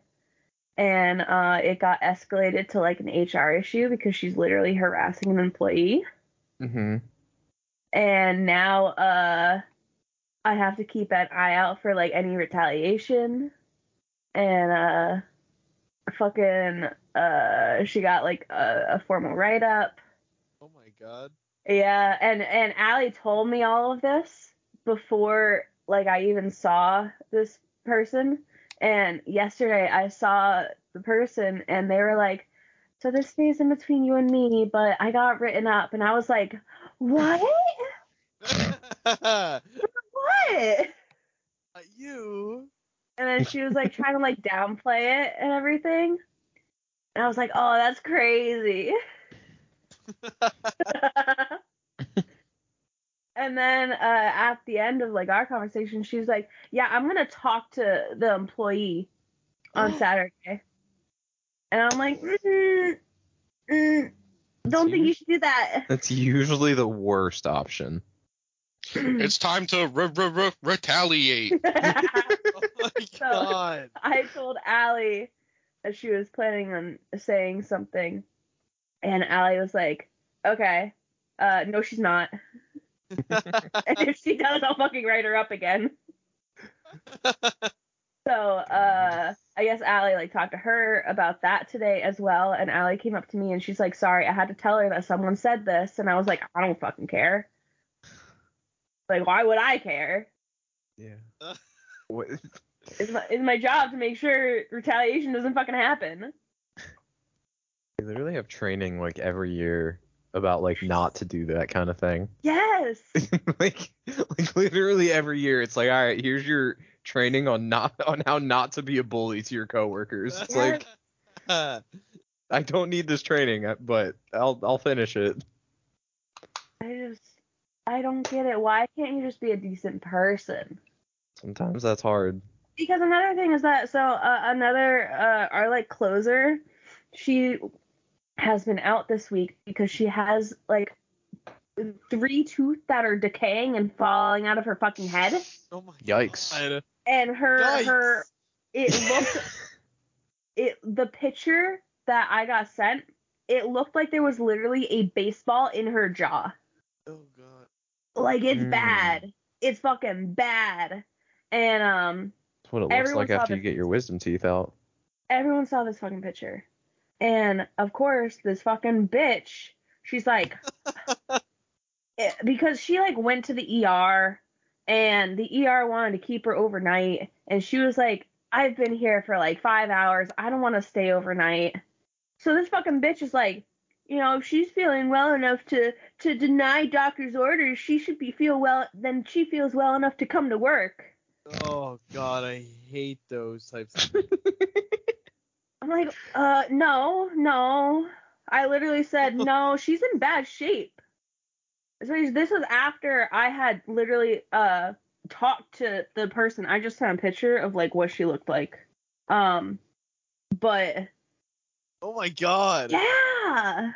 Speaker 4: and uh it got escalated to like an hr issue because she's literally harassing an employee
Speaker 1: mm-hmm.
Speaker 4: and now uh I have to keep an eye out for like any retaliation and uh fucking uh she got like a, a formal write up
Speaker 3: Oh my god.
Speaker 4: yeah and and Allie told me all of this before like I even saw this person and yesterday I saw the person and they were like so this stays in between you and me but I got written up and I was like what
Speaker 3: Uh,
Speaker 4: what
Speaker 3: you.
Speaker 4: and then she was like trying to like downplay it and everything and i was like oh that's crazy and then uh, at the end of like our conversation she was like yeah i'm gonna talk to the employee on saturday and i'm like mm, mm, don't think you should do that
Speaker 1: That's usually the worst option.
Speaker 2: It's time to re- re- re- retaliate.
Speaker 3: Oh my
Speaker 4: So-
Speaker 3: god.
Speaker 4: I told Allie that she was planning on saying something, and Allie was like, "Okay, uh, no, she's not. and if she does, I'll fucking write her up again." so uh, I guess Allie like talked to her about that today as well, and Allie came up to me and she's like, "Sorry, I had to tell her that someone said this," and I was like, "I don't fucking care. Like, why would I care?"
Speaker 1: Yeah.
Speaker 3: Uh.
Speaker 1: What?
Speaker 4: It's my, it's my job to make sure retaliation doesn't fucking happen.
Speaker 1: They literally have training like every year about like not to do that kind of thing.
Speaker 4: Yes.
Speaker 1: like, like literally every year, it's like, all right, here's your training on not on how not to be a bully to your coworkers. It's like,
Speaker 3: Oh
Speaker 1: I don't need this training, uh, but I'll I'll finish it.
Speaker 4: I just I don't get it. Why can't you just be a decent person?
Speaker 1: Sometimes that's hard.
Speaker 4: because another thing is that so uh, another uh, our like closer she has been out this week because she has like three teeth that are decaying and falling out of her fucking head
Speaker 3: oh my
Speaker 1: Yikes.
Speaker 3: God.
Speaker 4: and her
Speaker 3: Yikes.
Speaker 4: her it looked it the picture that i got sent it looked like there was literally a baseball in her jaw
Speaker 3: Oh god.
Speaker 4: like it's
Speaker 1: Mm.
Speaker 4: bad it's fucking bad and um
Speaker 1: That's what it looks
Speaker 4: Everyone
Speaker 1: like
Speaker 4: saw
Speaker 1: after
Speaker 4: the-
Speaker 1: you get your wisdom teeth out.
Speaker 4: everyone saw this fucking picture. And of course, this fucking bitch, she's like, Eh, because she like went to the ER and the ER wanted to keep her overnight. And she was like, I've been here for like five hours. I don't want to stay overnight. So this fucking bitch is like, you know, if she's feeling well enough to to deny doctor's orders, she should be feel well. Then she feels well enough to come to work.
Speaker 3: Oh god, I hate those types of people.
Speaker 4: I'm like, uh, no, no. I literally said, no, she's in bad shape. So this was after I had literally uh talked to the person. I just sent a picture of like what she looked like. Um, but
Speaker 3: Oh my god.
Speaker 4: yeah,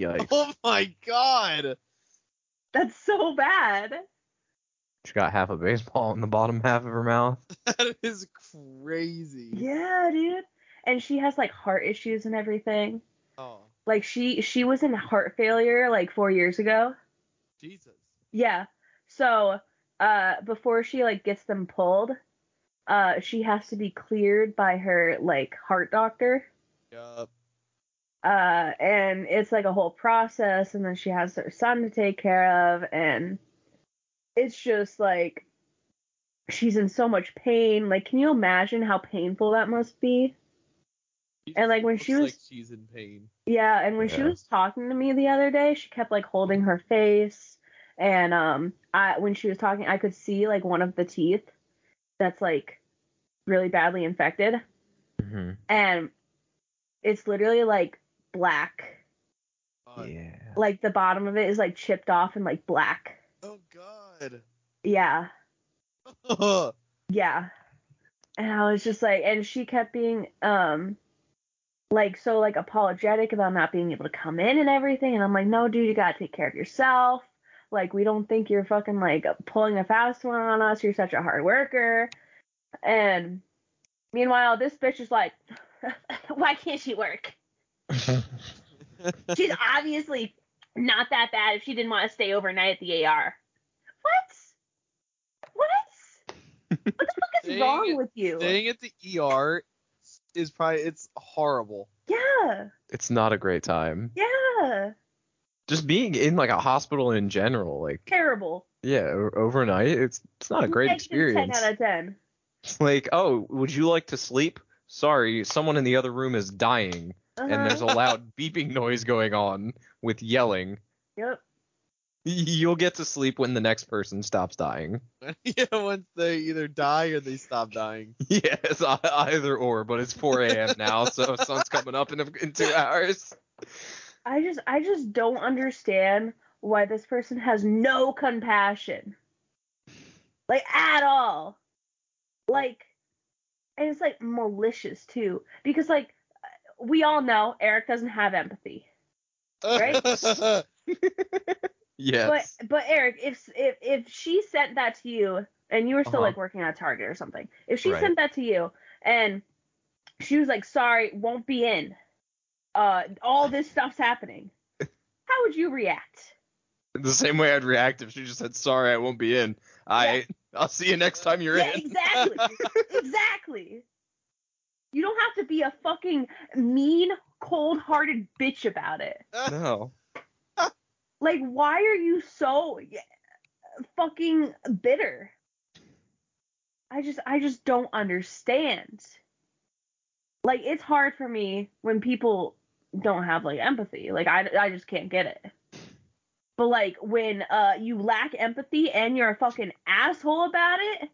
Speaker 1: Yikes.
Speaker 3: Oh my god.
Speaker 4: that's so bad.
Speaker 1: She got half a baseball in the bottom half of her mouth.
Speaker 3: That is crazy.
Speaker 4: Yeah, dude. And she has like heart issues and everything.
Speaker 3: Oh,
Speaker 4: Like she she was in heart failure like four years ago.
Speaker 3: Jesus.
Speaker 4: Yeah. So uh before she like gets them pulled, uh she has to be cleared by her like heart doctor.
Speaker 3: Yup.
Speaker 4: Uh and it's like a whole process and then she has her son to take care of and it's just like she's in so much pain. Like can you imagine how painful that must be?
Speaker 3: She
Speaker 4: And, like, when
Speaker 3: just
Speaker 4: she
Speaker 3: looks
Speaker 4: was-
Speaker 3: like she's in pain.
Speaker 4: Yeah, and when she
Speaker 1: Yeah.
Speaker 4: was talking to me the other day, she kept like holding her face and um I when she was talking, I could see like one of the teeth that's like really badly infected
Speaker 1: Mm-hmm.
Speaker 4: and it's literally like black.
Speaker 3: God.
Speaker 1: Yeah.
Speaker 4: Like the bottom of it is like chipped off and like black.
Speaker 3: Oh god.
Speaker 4: Yeah.
Speaker 3: oh
Speaker 4: Yeah. And I was just like and she kept being um like so like apologetic about not being able to come in and everything and I'm like, "No, dude, you got to take care of yourself. Like we don't think you're fucking like pulling a fast one on us. You're such a hard worker." And meanwhile, this bitch is like, "Why can't she work? She's obviously not that bad if she didn't want to stay overnight at the AR." What? What? What the fuck is
Speaker 3: Dang
Speaker 4: wrong
Speaker 3: it.
Speaker 4: with you?
Speaker 3: Staying at the ER is probably it's horrible.
Speaker 4: Yeah.
Speaker 1: it's not a great time.
Speaker 4: Yeah.
Speaker 1: Just being in like a hospital in general, like
Speaker 4: Terrible.
Speaker 1: yeah, o- overnight, it's it's not a great
Speaker 4: Negative
Speaker 1: experience.
Speaker 4: 10 out of 10.
Speaker 1: It's like, oh, would you like to sleep? Sorry, someone in the other room is dying, and there's a
Speaker 4: Uh-huh.
Speaker 1: loud beeping noise going on with yelling.
Speaker 4: Yep.
Speaker 1: Y- You'll get to sleep when the next person stops dying.
Speaker 3: yeah, once they either die or they stop dying.
Speaker 1: Yes, I- either or, but it's 4 a.m. now, so sun's coming up in, a, in two hours.
Speaker 4: I just I just don't understand why this person has no compassion. Like at all. Like and it's like malicious too because like we all know Eric doesn't have empathy. Right?
Speaker 1: Yes.
Speaker 4: But but Eric, if if if she sent that to you and you were still
Speaker 1: Uh-huh.
Speaker 4: like working at Target or something, if she
Speaker 1: Right.
Speaker 4: sent that to you and she was like, "Sorry, won't be in," uh, all this stuff's happening. How would you react?
Speaker 1: the same way I'd react if she just said, "Sorry, I won't be in." I I'll see you next time you're
Speaker 4: Yeah,
Speaker 1: in.
Speaker 4: exactly, exactly. You don't have to be a fucking mean, cold-hearted bitch about it.
Speaker 1: No.
Speaker 4: Like, why are you so yeah, fucking bitter? I just, I just don't understand. Like, it's hard for me when people don't have like empathy. Like, I, I just can't get it. But like, when uh, you lack empathy and you're a fucking asshole about it,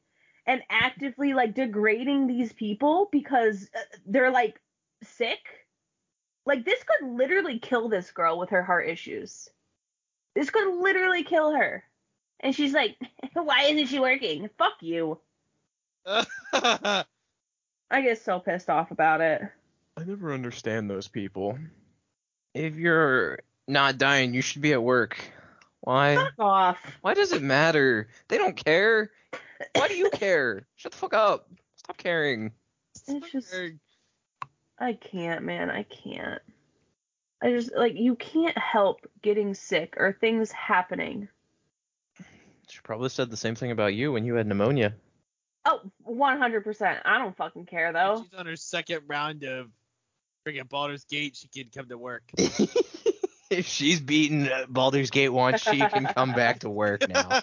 Speaker 4: and actively like degrading these people because uh, they're like sick like this could literally kill this girl with her heart issues. This could literally kill her. And she's like, why isn't she working? Fuck you. I get so pissed off about it.
Speaker 1: I never understand those people. If you're not dying, you should be at work. Why?
Speaker 4: Fuck off.
Speaker 1: Why does it matter? They don't care. Why do you care? Shut the fuck up. Stop caring.
Speaker 4: It's just- I can't, man. I can't. I just like you can't help getting sick or things happening.
Speaker 1: She probably said the same thing about you when you had pneumonia.
Speaker 4: Oh, 100%. I don't fucking care though.
Speaker 3: She's on her second round of freaking Baldur's Gate. She can come to work.
Speaker 1: if she's beaten uh, Baldur's Gate once, she can come back to work now.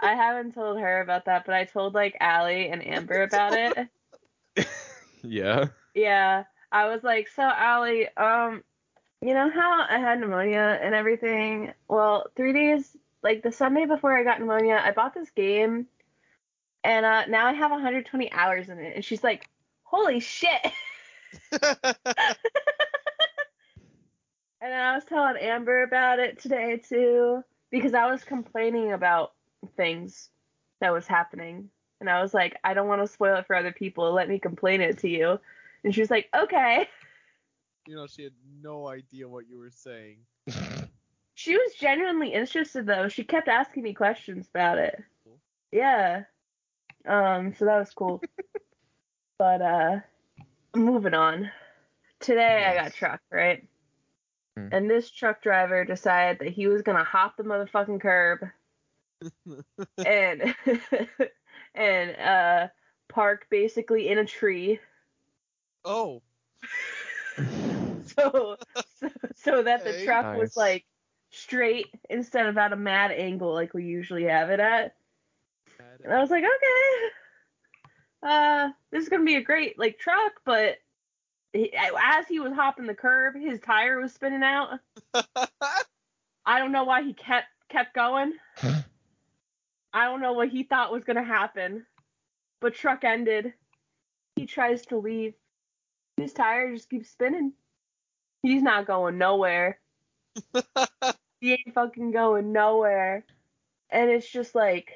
Speaker 4: I haven't told her about that, but I told like Allie and Amber about it.
Speaker 1: Yeah.
Speaker 4: Yeah. I was like, so Allie, um, you know how I had pneumonia and everything? Well, three days, like the Sunday before I got pneumonia, I bought this game and uh, now I have 120 hours in it. And she's like, holy shit. And then I was telling Amber about it today too, because I was complaining about things that was happening. And I was like, I don't want to spoil it for other people. Let me complain it to you. And she was like, okay.
Speaker 3: you know, she had no idea what you were saying.
Speaker 4: She was genuinely interested though. She kept asking me questions about it.
Speaker 3: Cool.
Speaker 4: Yeah. Um, so that was cool. but uh moving on. Today I got
Speaker 1: Yes.
Speaker 4: trucked, right?
Speaker 1: Hmm.
Speaker 4: And this truck driver decided that he was gonna hop the motherfucking curb and and uh park basically in a tree.
Speaker 3: Oh,
Speaker 4: So so, so that the
Speaker 3: Okay.
Speaker 4: truck was
Speaker 1: Nice.
Speaker 4: like straight instead of at a mad angle like we usually have it at. And I was like, okay, uh, this is gonna be a great like truck, but he, as he was hopping the curb, his tire was spinning out. I don't know why he kept kept going. I don't know what he thought was gonna happen, but truck ended. He tries to leave. His tire just keeps spinning. He's not going nowhere. he ain't fucking going nowhere. And it's just like,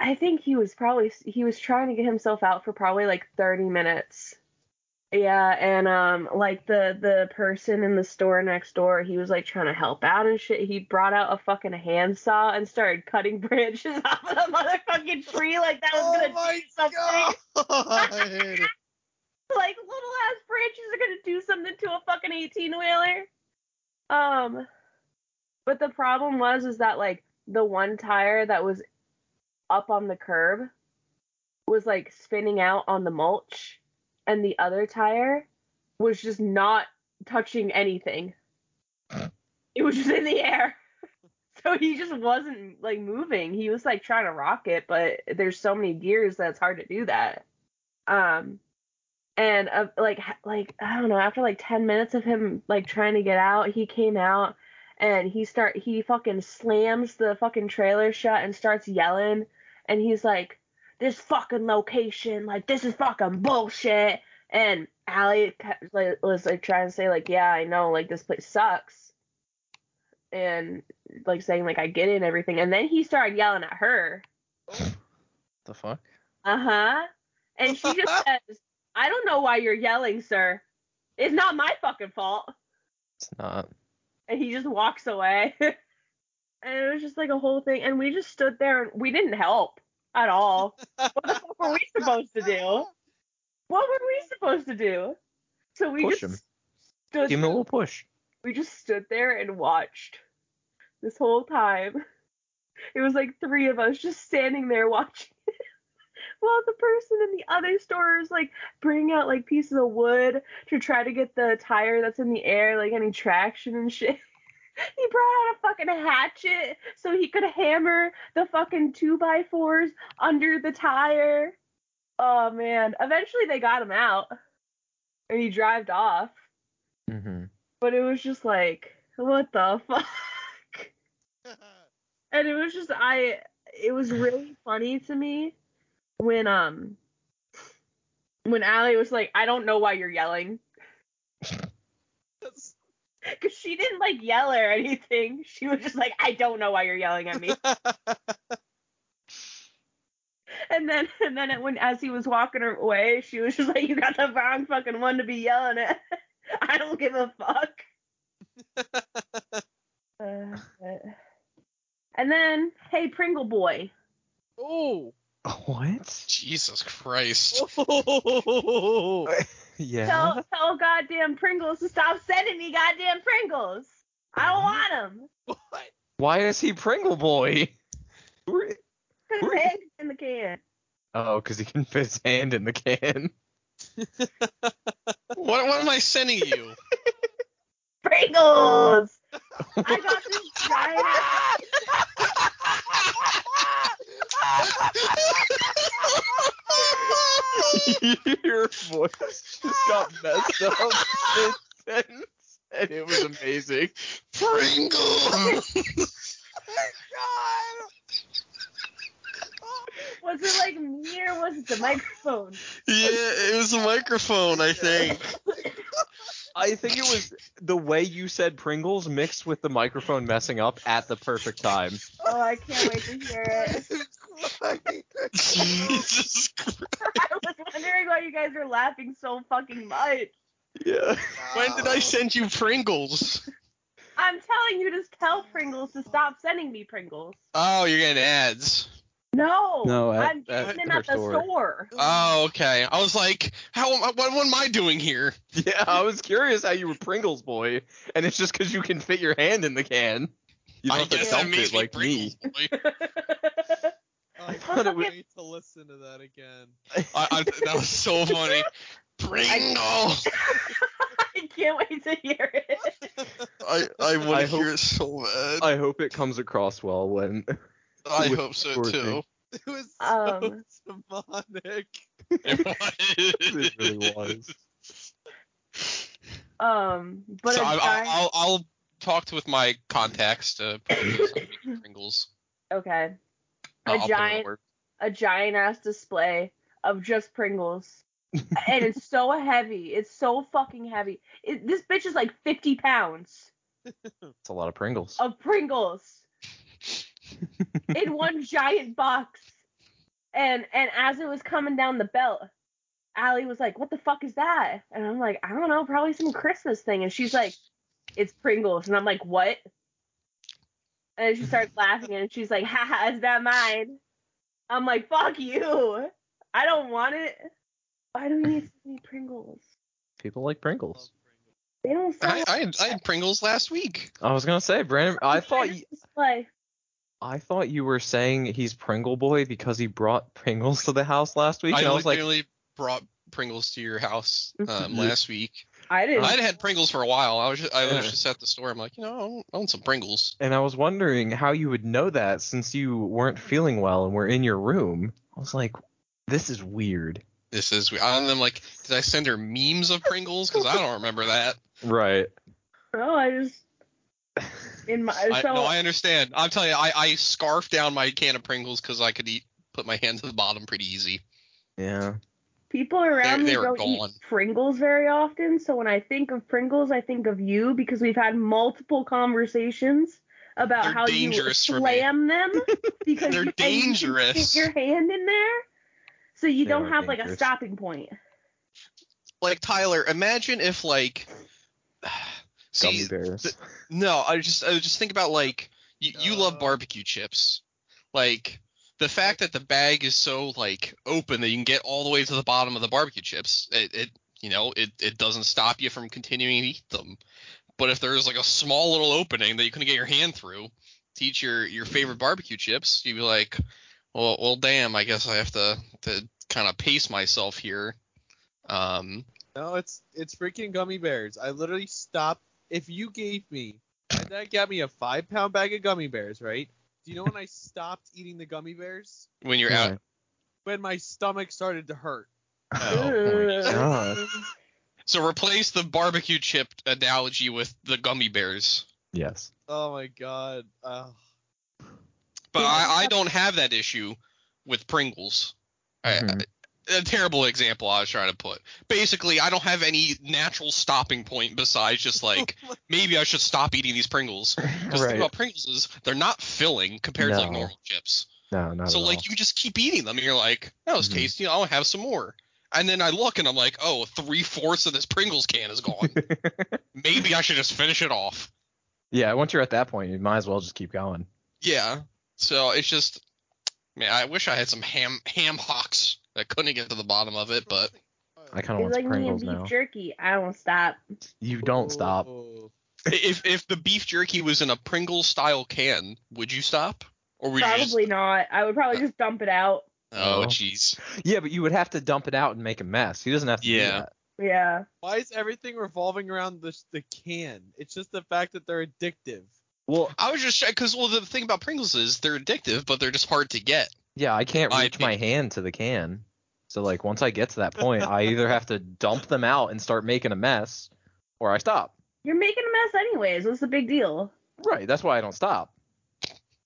Speaker 4: I think he was probably he was trying to get himself out for probably like 30 minutes. Yeah, and um like the the person in the store next door, he was like trying to help out and shit. He brought out a fucking handsaw and started cutting branches off of the motherfucking tree like that was
Speaker 3: oh
Speaker 4: gonna
Speaker 3: my
Speaker 4: something.
Speaker 3: god!
Speaker 4: like little ass branches are gonna do something to a fucking 18 wheeler. Um, but the problem was is that like the one tire that was up on the curb was like spinning out on the mulch, and the other tire was just not touching anything. it was just in the air. So he just wasn't like moving. He was like trying to rock it, but there's so many gears that it's hard to do that. Um, and uh, like h- like i don't know after like 10 minutes of him like trying to get out he came out and he start he fucking slams the fucking trailer shut and starts yelling and he's like this fucking location like this is fucking bullshit and Allie kept, like, was like trying to say like yeah i know like this place sucks and like saying like i get it and everything and then he started yelling at her
Speaker 1: the fuck?
Speaker 4: uh huh. And she just says, I don't know why you're yelling, sir. It's not my fucking fault.
Speaker 1: It's not.
Speaker 4: And he just walks away. and it was just like a whole thing. And we just stood there and we didn't help at all. what the fuck were we supposed to do? What were we supposed to do? So we
Speaker 1: Push
Speaker 4: just
Speaker 1: him.
Speaker 4: stood
Speaker 1: Give him a little push.
Speaker 4: we just stood there and watched this whole time. It was like three of us just standing there watching. While the person in the other store is like bringing out like pieces of wood to try to get the tire that's in the air, like any traction and shit. He brought out a fucking hatchet so he could hammer the fucking two by fours under the tire. Oh man. Eventually they got him out and he drived off.
Speaker 1: Mm-hmm.
Speaker 4: But it was just like, what the fuck? And it was just I it was really funny to me when um when Allie was like, I don't know why you're yelling.
Speaker 3: That's-
Speaker 4: Because she didn't like yell or anything. She was just like, I don't know why you're yelling at me. and then and then it, when as he was walking her away, she was just like, You got the wrong fucking one to be yelling at. I don't give a fuck. Uh, but- and then, hey Pringle boy.
Speaker 3: oh.
Speaker 1: What?
Speaker 2: Jesus Christ.
Speaker 3: Oh.
Speaker 1: Yeah.
Speaker 4: Tell tell goddamn Pringles to stop sending me goddamn Pringles. I don't want them.
Speaker 3: What?
Speaker 1: Why is he Pringle Boy? Who are-
Speaker 4: Put eggs in the can.
Speaker 1: Oh, because he can fit his hand in the can.
Speaker 2: What, what am I sending you?
Speaker 4: Pringles! I got this giant
Speaker 1: Your voice just got messed up. mid-sentence, and it was amazing.
Speaker 2: Pringle!
Speaker 4: Was it like me or was it the microphone?
Speaker 2: Yeah, it was the microphone, I think.
Speaker 1: I think it was the way you said Pringles mixed with the microphone messing up at the perfect time.
Speaker 4: Oh, I can't wait to hear it.
Speaker 2: Jesus Christ.
Speaker 4: I was wondering why you guys were laughing so fucking much.
Speaker 1: Yeah.
Speaker 2: When did I send you Pringles?
Speaker 4: I'm telling you, just tell Pringles to stop sending me Pringles.
Speaker 2: Oh, you're getting ads.
Speaker 4: No,
Speaker 1: No, at-
Speaker 4: I'm getting
Speaker 1: at
Speaker 4: them
Speaker 1: her
Speaker 4: at the
Speaker 1: store.
Speaker 4: store.
Speaker 3: Uh,
Speaker 2: Oh, okay. I was like, how am I, what, what am I doing here?
Speaker 1: Yeah, I was curious how you were Pringles boy, and it's just because you can fit your hand in the can. You don't
Speaker 2: I
Speaker 1: have to
Speaker 2: guess I
Speaker 1: dump
Speaker 2: made
Speaker 1: it
Speaker 2: me
Speaker 1: like
Speaker 2: Pringles.
Speaker 1: me.
Speaker 2: boy.
Speaker 3: I
Speaker 1: thought
Speaker 4: it was-
Speaker 3: wait to listen to that again.
Speaker 2: I, I, that was so funny. Pringle!
Speaker 4: I can't wait to hear it.
Speaker 2: I, I want
Speaker 1: I
Speaker 2: to
Speaker 1: hope-
Speaker 2: hear it so bad.
Speaker 1: I hope it comes across well when.
Speaker 2: I
Speaker 1: with
Speaker 2: hope so
Speaker 1: Dorothy.
Speaker 2: too.
Speaker 3: It was so
Speaker 4: Um.
Speaker 3: demonic.
Speaker 1: it really was.
Speaker 4: Um, but
Speaker 2: so
Speaker 4: a
Speaker 2: I, I'll,
Speaker 4: giant-
Speaker 2: I'll I'll talk with my contacts to purchase some Pringles.
Speaker 4: okay,
Speaker 2: Uh,
Speaker 4: A
Speaker 2: I'll put it
Speaker 4: giant-
Speaker 2: over.
Speaker 4: a giant ass display of just Pringles, and it's so heavy. It's so fucking heavy. It, this bitch is like 50 pounds.
Speaker 1: It's a lot of Pringles.
Speaker 4: of Pringles in one giant box. And and as it was coming down the belt, Allie was like, "What the fuck is that?" And I'm like, "I don't know, probably some Christmas thing." And she's like, "It's Pringles." And I'm like, "What?" And she starts laughing and she's like, "Haha, is that mine?" I'm like, "Fuck you! I don't want it. Why do we need so many Pringles?
Speaker 1: People like Pringles.
Speaker 4: They don't sell."
Speaker 2: I, I, had, I had Pringles last week.
Speaker 1: I was gonna say, Brandon. I thought you,
Speaker 4: display.
Speaker 1: I thought you were saying he's Pringle boy because he brought Pringles to the house last week, and
Speaker 2: I,
Speaker 1: I was like,
Speaker 2: literally brought Pringles to your house um,
Speaker 1: Yeah.
Speaker 2: last week.
Speaker 4: I didn't.
Speaker 2: I'd had Pringles for a while. I was just, I
Speaker 1: Yeah.
Speaker 2: was just at the store. I'm like, you know, I want- I want some Pringles.
Speaker 1: and I was wondering how you would know that since you weren't feeling well and were in your room. I was like, this is weird.
Speaker 2: This is. And I'm like, did I send her memes of Pringles? Because I don't remember that.
Speaker 1: Right.
Speaker 4: No, I just in my
Speaker 2: I,
Speaker 4: so
Speaker 2: no, I understand. I'm telling you, I, I scarfed down my can of Pringles because I could eat, put my hand to the bottom pretty easy.
Speaker 1: Yeah.
Speaker 4: people around
Speaker 2: They- they
Speaker 4: me
Speaker 2: were
Speaker 4: don't
Speaker 2: gone.
Speaker 4: eat Pringles very often. So when I think of Pringles, I think of you because we've had multiple conversations about
Speaker 2: They're
Speaker 4: how you
Speaker 2: dangerous for me.
Speaker 4: slam them because
Speaker 2: They're
Speaker 4: you, and you can
Speaker 2: dangerous.
Speaker 4: fit your hand in there, so you
Speaker 1: They
Speaker 4: don't
Speaker 1: are
Speaker 4: have like a
Speaker 1: dangerous.
Speaker 4: stopping point.
Speaker 2: Like Tyler, imagine if like, see,
Speaker 1: Gummy bears.
Speaker 2: th- no, I just, I just think about like, you, you love
Speaker 3: No.
Speaker 2: barbecue chips, like the fact that the bag is so like open that you can get all the way to the bottom of the barbecue chips, it, it you know, it, it doesn't stop you from continuing to eat them. But if there's like a small little opening that you couldn't get your hand through to eat your, your favorite barbecue chips, you'd be like, well, well, damn, I guess I have to, to kind of pace myself here. Um,
Speaker 3: No, it's it's freaking gummy bears. I literally stopped. If you gave me, my dad got me a five pound bag of gummy bears, right? Do you know when I stopped eating the gummy bears?
Speaker 2: when you're
Speaker 1: Yeah.
Speaker 2: out.
Speaker 3: When my stomach started to hurt.
Speaker 1: Oh my god.
Speaker 2: So replace the barbecue chip analogy with the gummy bears.
Speaker 1: Yes.
Speaker 3: Oh my god. Oh.
Speaker 2: But
Speaker 4: Yeah.
Speaker 2: I, I don't have that issue with Pringles. I,
Speaker 1: Mhm.
Speaker 2: a terrible example I was trying to put. Basically, I don't have any natural stopping point besides just like maybe I should stop eating these Pringles. Because the
Speaker 1: Mm-hmm. Right.
Speaker 2: thing about Pringles is they're not filling compared to like
Speaker 1: No.
Speaker 2: normal chips.
Speaker 1: No, not
Speaker 2: so
Speaker 1: at
Speaker 2: like
Speaker 1: all.
Speaker 2: you just keep eating them and you're like, that was
Speaker 1: Mhm.
Speaker 2: tasty. I'll have some more. And then I look and I'm like, oh, three fourths of this Pringles can is gone. maybe I should just finish it off.
Speaker 1: Yeah, once you're at that point, you might as well just keep going.
Speaker 2: Yeah. So it's just, man, I wish I had some ham ham hocks. I couldn't get to the bottom of it, but
Speaker 1: I kind of want
Speaker 4: It's like me and
Speaker 1: Pringles
Speaker 4: beef
Speaker 1: now.
Speaker 4: jerky. I won't stop.
Speaker 1: You don't stop.
Speaker 3: Oh.
Speaker 2: If if the beef jerky was in a Pringles style can, would you stop? Or would you just, Uh,
Speaker 4: Probably not. I would probably just dump it out.
Speaker 2: Oh
Speaker 1: No.
Speaker 2: jeez.
Speaker 1: Yeah, but you would have to dump it out and make a mess. He doesn't have to
Speaker 2: Yeah.
Speaker 1: do that.
Speaker 4: Yeah.
Speaker 3: Why is everything revolving around the the can? It's just the fact that they're addictive.
Speaker 1: Well,
Speaker 2: I was just because well the thing about Pringles is they're addictive, but they're just hard to get.
Speaker 1: yeah, I can't
Speaker 2: I
Speaker 1: reach my
Speaker 2: think-
Speaker 1: hand to the can. So like once I get to that point, I either have to dump them out and start making a mess, or I stop.
Speaker 4: You're making a mess anyways. What's the big deal?
Speaker 1: Right, that's why I don't stop.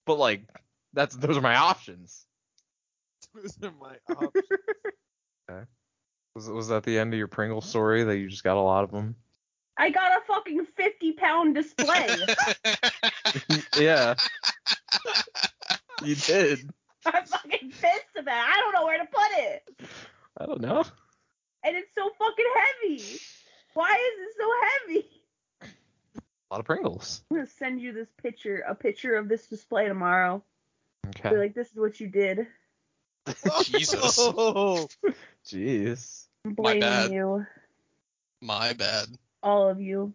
Speaker 1: But like, that's those are my options.
Speaker 3: Those are my options.
Speaker 1: Was was that the end of your Pringle story? That you just got a lot of them?
Speaker 4: I got a fucking 50 pound display.
Speaker 1: yeah. you did.
Speaker 4: I'm fucking pissed about it. I don't know where to put it.
Speaker 1: I don't know.
Speaker 4: And it's so fucking heavy. Why is it so heavy?
Speaker 1: A lot of Pringles.
Speaker 4: I'm gonna send you this picture, a picture of this display tomorrow. Be
Speaker 1: Okay.
Speaker 4: like, this is what you did.
Speaker 2: Jesus.
Speaker 3: Oh.
Speaker 1: Jeez.
Speaker 4: I'm
Speaker 2: My bad.
Speaker 4: blaming you,
Speaker 2: My bad.
Speaker 4: all of you.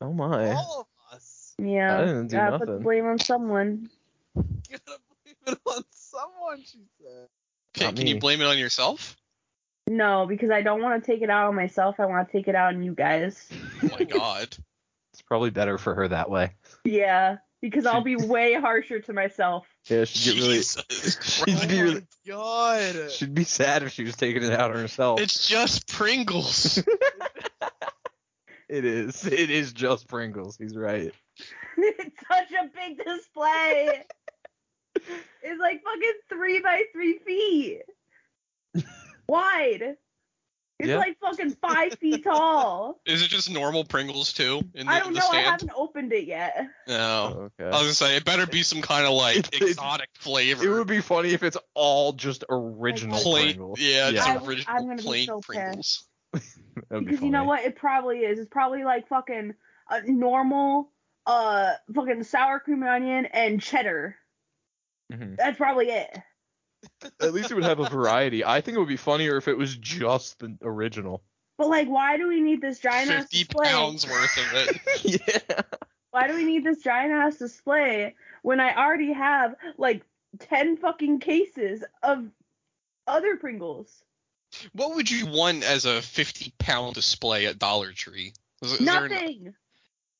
Speaker 1: Oh my.
Speaker 3: All of us.
Speaker 4: Yeah,
Speaker 1: I didn't do
Speaker 4: gotta put
Speaker 1: nothing.
Speaker 4: the blame on someone.
Speaker 3: Gotta blame it on someone, she said.
Speaker 2: Can,
Speaker 1: Not
Speaker 2: can you
Speaker 1: me.
Speaker 2: blame it on yourself?
Speaker 4: No, because I don't want to take it out on myself. I want to take it out on you guys.
Speaker 2: Oh my god.
Speaker 1: It's probably better for her that way.
Speaker 4: Yeah, because I'll be way harsher to myself.
Speaker 1: Yeah, she'd get really.
Speaker 2: Jesus
Speaker 1: She'd be,
Speaker 2: Christ.
Speaker 1: really,
Speaker 3: Oh God.
Speaker 1: she'd be sad if she was taking it out on herself.
Speaker 2: It's just Pringles.
Speaker 1: It is. It is just Pringles. He's right.
Speaker 4: it's such a big display. it's like fucking three by three feet wide. It's
Speaker 1: Yeah.
Speaker 4: like fucking five feet tall.
Speaker 2: Is it just normal Pringles too? In the,
Speaker 4: I
Speaker 2: in
Speaker 4: don't
Speaker 2: the
Speaker 4: know. I
Speaker 2: stand?
Speaker 4: haven't opened it yet.
Speaker 1: Oh.
Speaker 2: No. I was
Speaker 1: okay.
Speaker 2: gonna say it better be some kind of
Speaker 1: It-
Speaker 2: like
Speaker 1: it-
Speaker 2: exotic flavor.
Speaker 1: It would be funny if it's all just original
Speaker 2: plain,
Speaker 1: Pringles.
Speaker 2: yeah, it's
Speaker 4: I-
Speaker 1: yeah.
Speaker 2: original
Speaker 4: I'm gonna be
Speaker 2: plain
Speaker 4: so pissed.
Speaker 2: Pringles.
Speaker 1: that'd be
Speaker 4: because you know
Speaker 1: funny.
Speaker 4: what? It probably is. It's probably like fucking uh, normal, uh, fucking sour cream and onion and cheddar.
Speaker 1: Mhm.
Speaker 4: That's probably it.
Speaker 1: At least it would have a variety. I think it would be funnier if it was just the original.
Speaker 4: But like, why do we need this giant ass
Speaker 2: Fifty
Speaker 4: display?
Speaker 2: pounds worth of it.
Speaker 1: yeah.
Speaker 4: Why do we need this giant ass display when I already have like ten fucking cases of other Pringles?
Speaker 2: What would you want as a fifty pound display at Dollar Tree? Is- is there an-
Speaker 4: Nothing.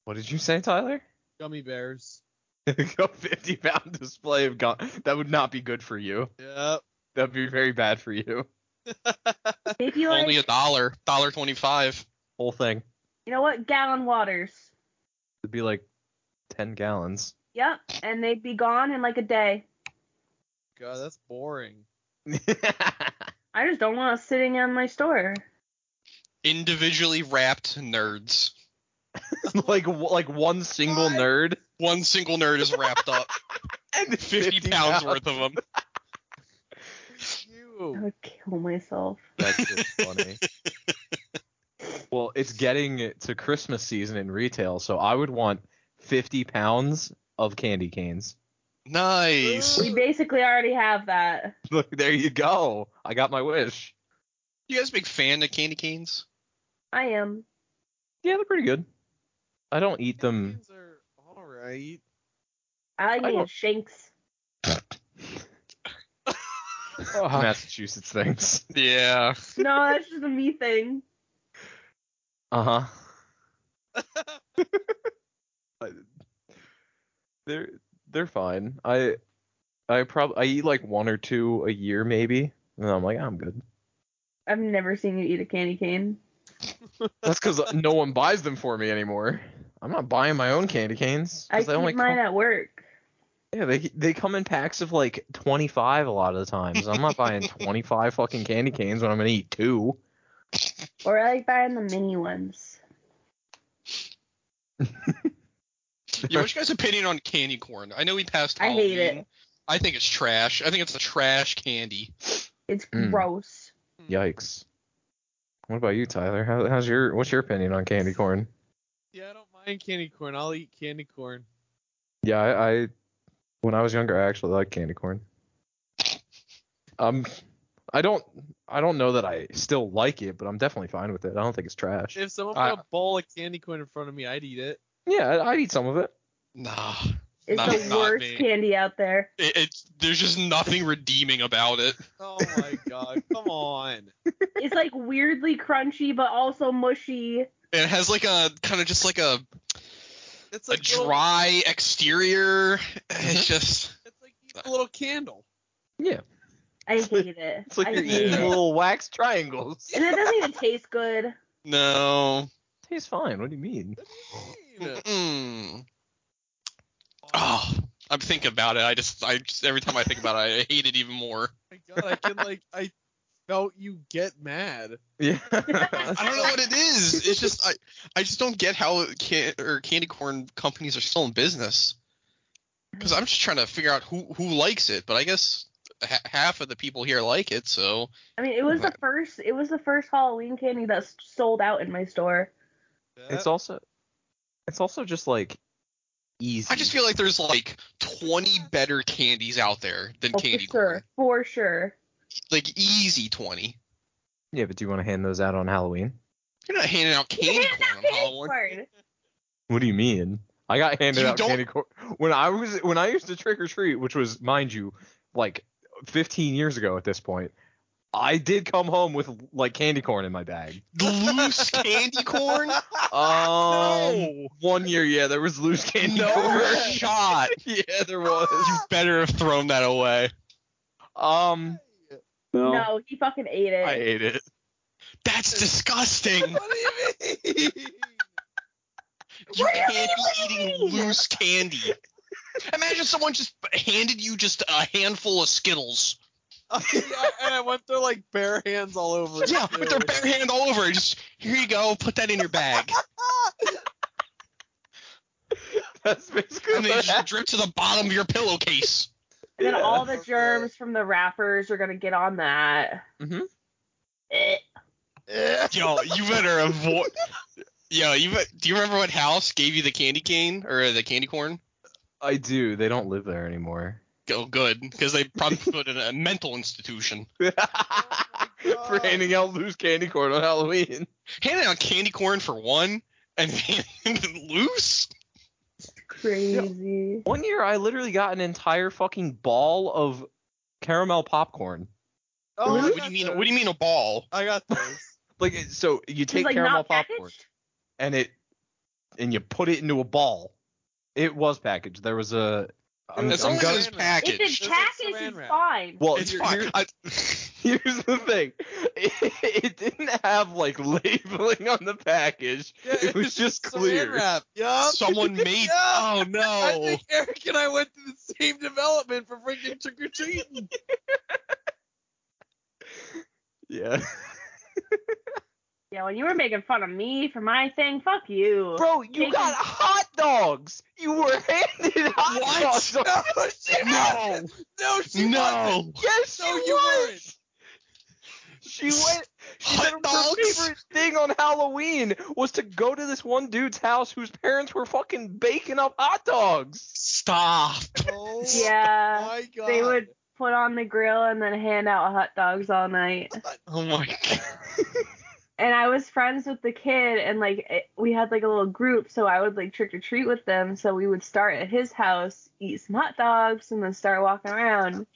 Speaker 1: What did you say, Tyler?
Speaker 3: Gummy bears.
Speaker 1: a 50 pound display of gum. That would not be good for you.
Speaker 3: Yep.
Speaker 1: That'd be very bad for you.
Speaker 4: Maybe like
Speaker 2: only a dollar, dollar twenty five.
Speaker 1: Whole thing.
Speaker 4: you know what? Gallon waters.
Speaker 1: It'd be like 10 gallons.
Speaker 4: Yep, and they'd be gone in like a day.
Speaker 3: God, that's boring.
Speaker 4: I just don't want it sitting in my store.
Speaker 2: Individually wrapped nerds.
Speaker 1: like like one single nerd
Speaker 2: One single nerd is wrapped up.
Speaker 1: and
Speaker 2: Fifty pounds worth of them.
Speaker 4: I
Speaker 3: You.
Speaker 4: would kill myself.
Speaker 1: That's just funny. well, it's getting to Christmas season in retail, so I would want 50 pounds of candy canes.
Speaker 2: Nice.
Speaker 4: We basically already have that.
Speaker 1: Look, there you go. I got my wish.
Speaker 2: You guys big fan of candy canes?
Speaker 4: I am.
Speaker 1: Yeah, they're pretty good. I don't eat them.
Speaker 3: These are all right.
Speaker 4: I
Speaker 1: I
Speaker 4: like
Speaker 1: don't-
Speaker 4: little shanks.
Speaker 3: Uh-huh.
Speaker 1: Massachusetts things.
Speaker 2: Yeah.
Speaker 4: No, that's just a me thing.
Speaker 2: Uh-huh.
Speaker 1: Uh huh. they're they're fine. I I probably I eat like one or two a year maybe, and I'm like "Ah, I'm good.
Speaker 4: I've never seen you eat a candy cane.
Speaker 1: That's because no one buys them for me anymore. I'm not buying my own candy canes
Speaker 4: I
Speaker 1: because
Speaker 4: keep
Speaker 1: they only
Speaker 4: mine
Speaker 1: come,
Speaker 4: at work.
Speaker 1: Yeah, they they come in packs of like 25 a lot of the times. I'm not buying 25 fucking candy canes when I'm gonna eat two.
Speaker 4: Or I like buying the mini ones.
Speaker 2: Yo, what's your guys' opinion on candy corn? I know we passed.
Speaker 4: I hate
Speaker 2: Halloween.
Speaker 4: it.
Speaker 2: I think it's trash. I think it's a trash candy.
Speaker 4: It's
Speaker 1: Mm.
Speaker 4: gross.
Speaker 1: Yikes. What about you, Tyler? How, how's your what's your opinion on candy corn?
Speaker 3: Yeah, I don't mind candy corn. I'll eat candy corn.
Speaker 1: Yeah, I, I when I was younger, I actually liked candy corn. Um, I don't I don't know that I still like it, but I'm definitely fine with it. I don't think it's trash.
Speaker 3: If someone put
Speaker 1: I-
Speaker 3: a bowl of candy corn in front of me, I'd eat it.
Speaker 1: Yeah, I, I'd eat some of it.
Speaker 2: Nah,
Speaker 4: It's
Speaker 2: Not-
Speaker 4: the
Speaker 2: not
Speaker 4: worst
Speaker 2: me.
Speaker 4: candy out there.
Speaker 2: it, it's there's just nothing redeeming about it.
Speaker 3: Oh my god, come on.
Speaker 4: It's like weirdly crunchy but also mushy.
Speaker 2: It has like a kind of just like a
Speaker 3: It's
Speaker 2: a
Speaker 3: like little-
Speaker 2: dry exterior. It's just
Speaker 3: It's like eating a little candle.
Speaker 1: Yeah,
Speaker 4: I hate it.
Speaker 1: it's like
Speaker 4: I
Speaker 1: you're
Speaker 4: hate
Speaker 1: eating
Speaker 4: it.
Speaker 1: little wax triangles.
Speaker 4: And it doesn't even taste good.
Speaker 2: no.
Speaker 1: Tastes fine. What do you mean?
Speaker 2: Mm. Oh, I'm thinking about it. I just, I just every time I think about it, I hate it even more.
Speaker 3: my god, I can like I felt you get mad.
Speaker 1: Yeah.
Speaker 2: I don't know what it is. It's just I, I just don't get how can or candy corn companies are still in business. Because I'm just trying to figure out who who likes it, but I guess ha- half of the people here like it. So
Speaker 4: I mean, it was the first. It was the first Halloween candy that s- sold out in my store.
Speaker 1: It's also it's also just like easy.
Speaker 2: I just feel like there's like 20 better candies out there than
Speaker 4: Oh, for
Speaker 2: candy corn.
Speaker 4: sure, for sure.
Speaker 2: Like easy 20.
Speaker 1: Yeah, but do you want to hand those out on Halloween?
Speaker 2: You're not handing out
Speaker 4: You
Speaker 2: candy
Speaker 4: can't
Speaker 2: corn
Speaker 4: have
Speaker 2: on
Speaker 4: candy
Speaker 2: Halloween.
Speaker 4: corn.
Speaker 1: What do you mean? I got handed
Speaker 2: You
Speaker 1: out
Speaker 2: don't-
Speaker 1: candy corn when I was when I used to trick or treat, which was mind you, like 15 years ago at this point. I did come home with like candy corn in my bag.
Speaker 2: Loose candy corn?
Speaker 1: Um, one year, yeah, there was loose candy
Speaker 2: No
Speaker 1: corn.
Speaker 2: shot.
Speaker 1: yeah, there was.
Speaker 2: You better have thrown that away.
Speaker 1: Um,
Speaker 4: No, he fucking ate it.
Speaker 1: I ate it.
Speaker 2: That's disgusting.
Speaker 3: What do you
Speaker 2: You
Speaker 3: mean?
Speaker 4: What do
Speaker 2: can't be
Speaker 4: you mean?
Speaker 2: eating loose candy. Imagine someone just handed you just a handful of Skittles.
Speaker 3: yeah, and I went through like bare hands all over. it,
Speaker 2: Yeah,
Speaker 3: too.
Speaker 2: with their bare hand all over. it. Just here you go. Put that in your bag.
Speaker 1: That's basically
Speaker 2: And then it
Speaker 1: what
Speaker 2: just
Speaker 1: happened.
Speaker 2: drip to the bottom of your pillowcase.
Speaker 4: and then
Speaker 1: yeah.
Speaker 4: all the germs from the wrappers are gonna get on that.
Speaker 1: Mhm.
Speaker 4: Eh.
Speaker 2: Yo, you better avoid. Yo, you bet- do you remember what house gave you the candy cane or the candy corn?
Speaker 1: I do. They don't live there anymore.
Speaker 2: Go good, because they probably put it in a mental institution.
Speaker 1: for handing out loose candy corn on Halloween.
Speaker 2: Handing out candy corn for one and loose.
Speaker 4: Crazy.
Speaker 1: One year, I literally got an entire fucking ball of caramel popcorn.
Speaker 3: Oh, I
Speaker 2: what do
Speaker 3: got
Speaker 2: you mean?
Speaker 3: those.
Speaker 2: What do you mean a ball?
Speaker 3: I got those.
Speaker 1: Like, it- so you
Speaker 4: He's
Speaker 1: take
Speaker 4: like
Speaker 1: caramel
Speaker 4: not
Speaker 1: popcorn
Speaker 4: packaged.
Speaker 1: and it, and you put it into a ball. It was packaged. There was a. I'm,
Speaker 2: As
Speaker 3: It's
Speaker 1: I'm
Speaker 2: long
Speaker 1: gonna-
Speaker 2: as it's
Speaker 3: If
Speaker 4: If it's
Speaker 2: packaged,
Speaker 3: There's a
Speaker 4: packaged,
Speaker 3: saran
Speaker 4: it's
Speaker 3: wrap.
Speaker 4: fine.
Speaker 3: Oh,
Speaker 1: well,
Speaker 2: it's
Speaker 1: here-
Speaker 2: fine.
Speaker 1: here-
Speaker 2: I-
Speaker 1: here's the thing. It, it didn't have like labeling on the package.
Speaker 3: Yeah,
Speaker 1: It was just
Speaker 3: saran
Speaker 1: clear.
Speaker 3: Wrap. Yup.
Speaker 2: someone made.
Speaker 3: Yeah.
Speaker 2: Oh
Speaker 3: I
Speaker 2: no!
Speaker 3: think Eric and I went through the same development for freaking trick or treating.
Speaker 1: Yeah.
Speaker 4: Yeah, when you were making fun of me for my thing, fuck you.
Speaker 1: Bro, you
Speaker 4: Taking-
Speaker 1: got hot dogs. You were handed hot
Speaker 2: What?
Speaker 1: dogs. on-
Speaker 3: no,
Speaker 2: No!
Speaker 3: she No, she wasn't.
Speaker 2: No!
Speaker 1: Yes,
Speaker 3: No,
Speaker 1: she
Speaker 3: you
Speaker 1: was.
Speaker 3: weren't.
Speaker 1: She went. She said
Speaker 2: Hot
Speaker 1: her
Speaker 2: dogs?
Speaker 1: favorite thing on Halloween was to go to this one dude's house whose parents were fucking baking up hot dogs.
Speaker 2: Stop!
Speaker 3: Oh
Speaker 4: Yeah.
Speaker 3: my god.
Speaker 4: They would put on the grill and then hand out hot dogs all night.
Speaker 2: Oh my god!
Speaker 4: And I was friends with the kid, and like it, we had like a little group, so I would like trick or treat with them. So we would start at his house, eat some hot dogs, and then start walking around.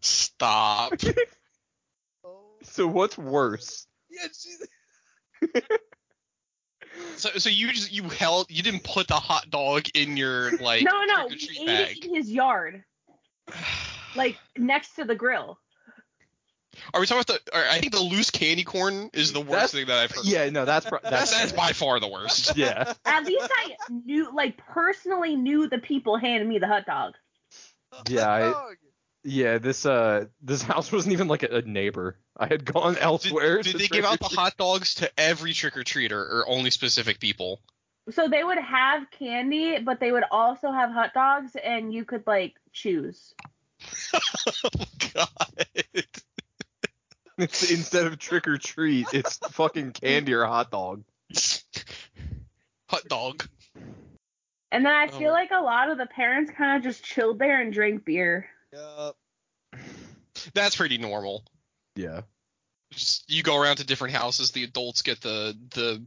Speaker 2: Stop!
Speaker 3: Oh.
Speaker 1: So what's worse?
Speaker 3: Yeah, she.
Speaker 2: So, so you just you held you didn't put the hot dog in your like
Speaker 4: no, no, we
Speaker 2: trick-or-treat
Speaker 4: ate it
Speaker 2: bag.
Speaker 4: in his yard, like next to the grill.
Speaker 2: Are we talking about the? Or I think the loose candy corn is the worst
Speaker 1: That's-
Speaker 2: thing that I've heard.
Speaker 1: Yeah, no, that's pro-
Speaker 2: that's,
Speaker 1: that's
Speaker 2: that's by far the worst.
Speaker 1: yeah.
Speaker 4: At least I knew, like, personally knew the people handing me the hot dog.
Speaker 1: Yeah, I-
Speaker 3: Dog!
Speaker 1: Yeah, this uh this house wasn't even like a, a neighbor. I had gone
Speaker 2: Did,
Speaker 1: elsewhere.
Speaker 2: did
Speaker 1: to
Speaker 2: they give out the
Speaker 1: trick or
Speaker 2: hot dogs to every trick or treater or only specific people?
Speaker 4: So they would have candy, but they would also have hot dogs, and you could, like, choose.
Speaker 2: God.
Speaker 1: treat. It's- instead of trick or treat, it's fucking candy or hot dog.
Speaker 2: Hot dog.
Speaker 4: And then I feel
Speaker 2: Oh.
Speaker 4: like a lot of the parents kind of just chilled there and drank beer.
Speaker 3: Yup.
Speaker 2: That's pretty normal.
Speaker 1: Yeah.
Speaker 2: Just- you go around to different houses. The adults get the the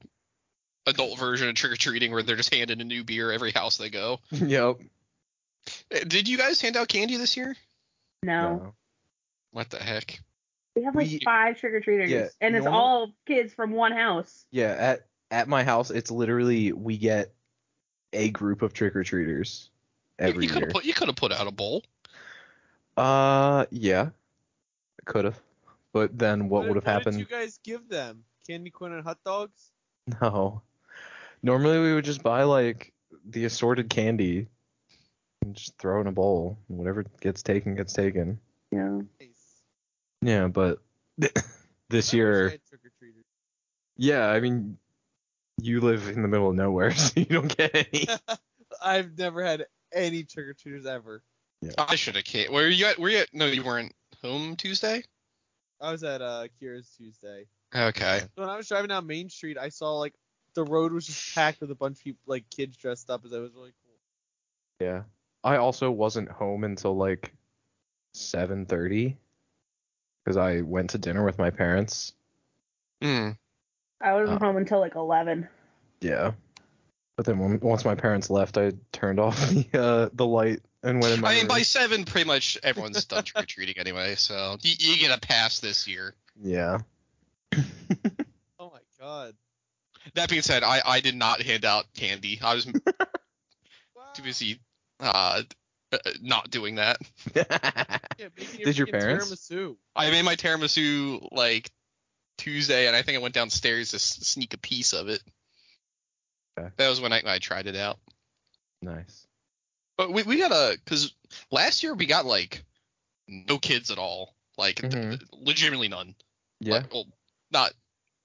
Speaker 2: adult version of trick or treating where they're just handed a new beer every house they go.
Speaker 1: Yep.
Speaker 2: Eh, Did you guys hand out candy this year?
Speaker 4: No.
Speaker 2: What the heck?
Speaker 4: We have like
Speaker 1: We-
Speaker 4: five trick or treaters,
Speaker 1: Yeah,
Speaker 4: and it's
Speaker 1: normal-
Speaker 4: all kids from one house.
Speaker 1: Yeah, at at my house it's literally we get a group of trick or treaters every
Speaker 2: you could
Speaker 1: year.
Speaker 2: have put you could have put out a bowl.
Speaker 1: uh yeah. Could have. But then what would have
Speaker 3: Did
Speaker 1: happened?
Speaker 3: you guys give them candy corn and hot dogs?
Speaker 1: No. Normally we would just buy like the assorted candy and just throw in a bowl. Whatever gets taken gets taken.
Speaker 4: Yeah.
Speaker 3: Nice.
Speaker 1: Yeah, but this
Speaker 3: I wish I
Speaker 1: year,
Speaker 3: had trick-or-treaters.
Speaker 1: yeah, I mean, you live in the middle of nowhere, so you don't get any.
Speaker 3: I've never had any trick or treaters ever.
Speaker 2: I should have came. Were you at? Were you at? No, you weren't home Tuesday.
Speaker 3: I was at uh, Kira's Tuesday.
Speaker 2: Okay.
Speaker 3: When I was driving down Main Street, I saw like the road was just packed with a bunch of people, like kids dressed up, as it was really cool.
Speaker 1: Yeah, I also wasn't home until like seven thirty, because I went to dinner with my parents.
Speaker 2: Hmm.
Speaker 4: I wasn't
Speaker 1: Oh.
Speaker 4: home until like 11.
Speaker 1: Yeah, but then when, once my parents left, I turned off the uh, the light and went in my
Speaker 2: I mean, by
Speaker 1: room.
Speaker 2: seven, pretty much everyone's done trick or treating anyway, so you, you get a pass this year.
Speaker 1: Yeah,
Speaker 3: Oh my god.
Speaker 2: That being said, I, I did not hand out candy. I was too
Speaker 3: Wow.
Speaker 2: busy uh, uh, not doing that.
Speaker 3: Yeah, making
Speaker 1: Did your
Speaker 3: freaking
Speaker 1: parents?
Speaker 3: Tiramisu.
Speaker 2: I made my tiramisu like Tuesday, and I think I went downstairs to s- sneak a piece of it.
Speaker 1: Okay.
Speaker 2: That was when I, I tried it out.
Speaker 1: nice.
Speaker 2: But we, we got a because last year we got like no kids at all, like th-
Speaker 1: Mhm.
Speaker 2: legitimately none.
Speaker 1: Yeah,
Speaker 2: Like, well, not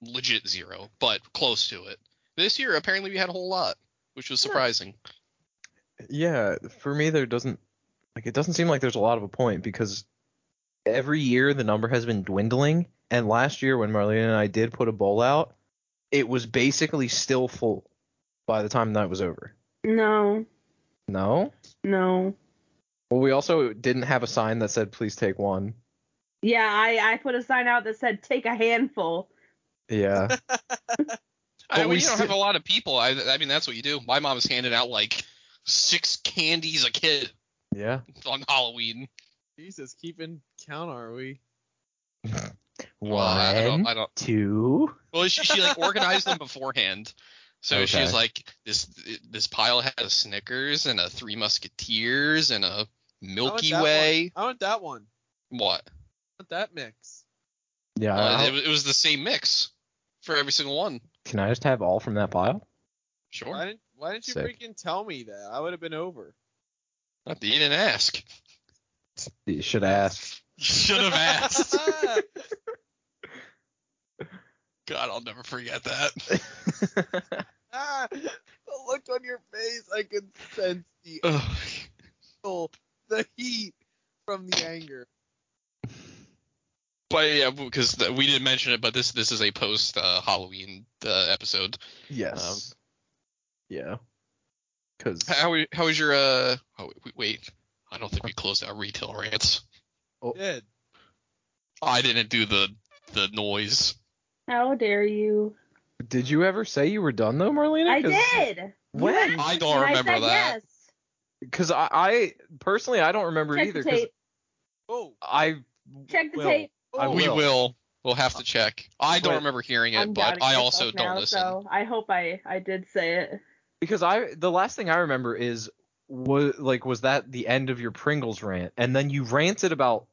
Speaker 2: legit zero, but close to it. This year, apparently, we had a whole lot, which was surprising.
Speaker 1: yeah. For me, there doesn't like it doesn't seem like there's a lot of a point because every year the number has been dwindling. And last year, when Marlene and I did put a bowl out, it was basically still full by the time that was over.
Speaker 4: No,
Speaker 1: No.
Speaker 4: no.
Speaker 1: Well, we also didn't have a sign that said "Please take one."
Speaker 4: Yeah, I, I put a sign out that said take a handful.
Speaker 1: Yeah.
Speaker 2: I
Speaker 1: But
Speaker 2: mean,
Speaker 1: we
Speaker 2: you don't
Speaker 1: still-
Speaker 2: have a lot of people. I, I mean, that's what you do. My mom was handing out like six candies a kid
Speaker 1: yeah.
Speaker 2: on Halloween.
Speaker 3: Jesus, keeping count, are we?
Speaker 2: Well, I, I
Speaker 1: One,
Speaker 2: don't. I don't.
Speaker 1: two.
Speaker 2: Well, she, she like organized them beforehand. So she was
Speaker 1: Okay.
Speaker 2: like, this this pile had a Snickers and a Three Musketeers and a Milky
Speaker 3: that
Speaker 2: Way.
Speaker 3: I want that one.
Speaker 2: What?
Speaker 3: I want that mix.
Speaker 1: Yeah.
Speaker 2: Uh,
Speaker 1: I-
Speaker 2: it, was- it was the same mix for every single one.
Speaker 1: can I just have all from that pile?
Speaker 2: Sure.
Speaker 3: Why didn't Why didn't you
Speaker 1: Sick.
Speaker 3: freaking tell me that? I would have been over.
Speaker 2: You didn't ask.
Speaker 1: You should ask.
Speaker 2: Should have asked. God, I'll never forget that.
Speaker 3: ah, the look on your face, I could sense the
Speaker 2: Ugh.
Speaker 3: evil, the heat from the anger.
Speaker 2: but yeah, because th- we didn't mention it, but this this is a post uh, Halloween uh, episode.
Speaker 1: yes. Um, yeah. Because
Speaker 2: How how was your uh? Oh, wait, wait, I don't think we closed out retail rants.
Speaker 3: Did.
Speaker 2: Oh, I didn't do the the noise.
Speaker 4: How dare you?
Speaker 1: did you ever say you were done though, Marlena?
Speaker 4: I
Speaker 1: 'Cause-
Speaker 4: did. You
Speaker 1: When?
Speaker 4: asked
Speaker 2: I don't
Speaker 4: and
Speaker 2: remember
Speaker 4: I said
Speaker 2: that.
Speaker 4: Yes.
Speaker 1: Because I, I personally I don't remember
Speaker 4: Check
Speaker 1: either.
Speaker 4: the
Speaker 1: 'cause
Speaker 4: tape.
Speaker 3: Oh,
Speaker 1: I
Speaker 4: Check the
Speaker 1: will.
Speaker 4: tape.
Speaker 1: I
Speaker 3: oh,
Speaker 2: we
Speaker 1: will.
Speaker 2: will. We'll have to check. I don't
Speaker 1: Wait.
Speaker 2: remember hearing it,
Speaker 4: I'm
Speaker 2: but
Speaker 4: doubting
Speaker 2: I
Speaker 4: myself
Speaker 2: also
Speaker 4: now,
Speaker 2: don't listen.
Speaker 4: So I hope I I did say it.
Speaker 1: because I the last thing I remember is was like was that the end of your Pringles rant? And then you ranted about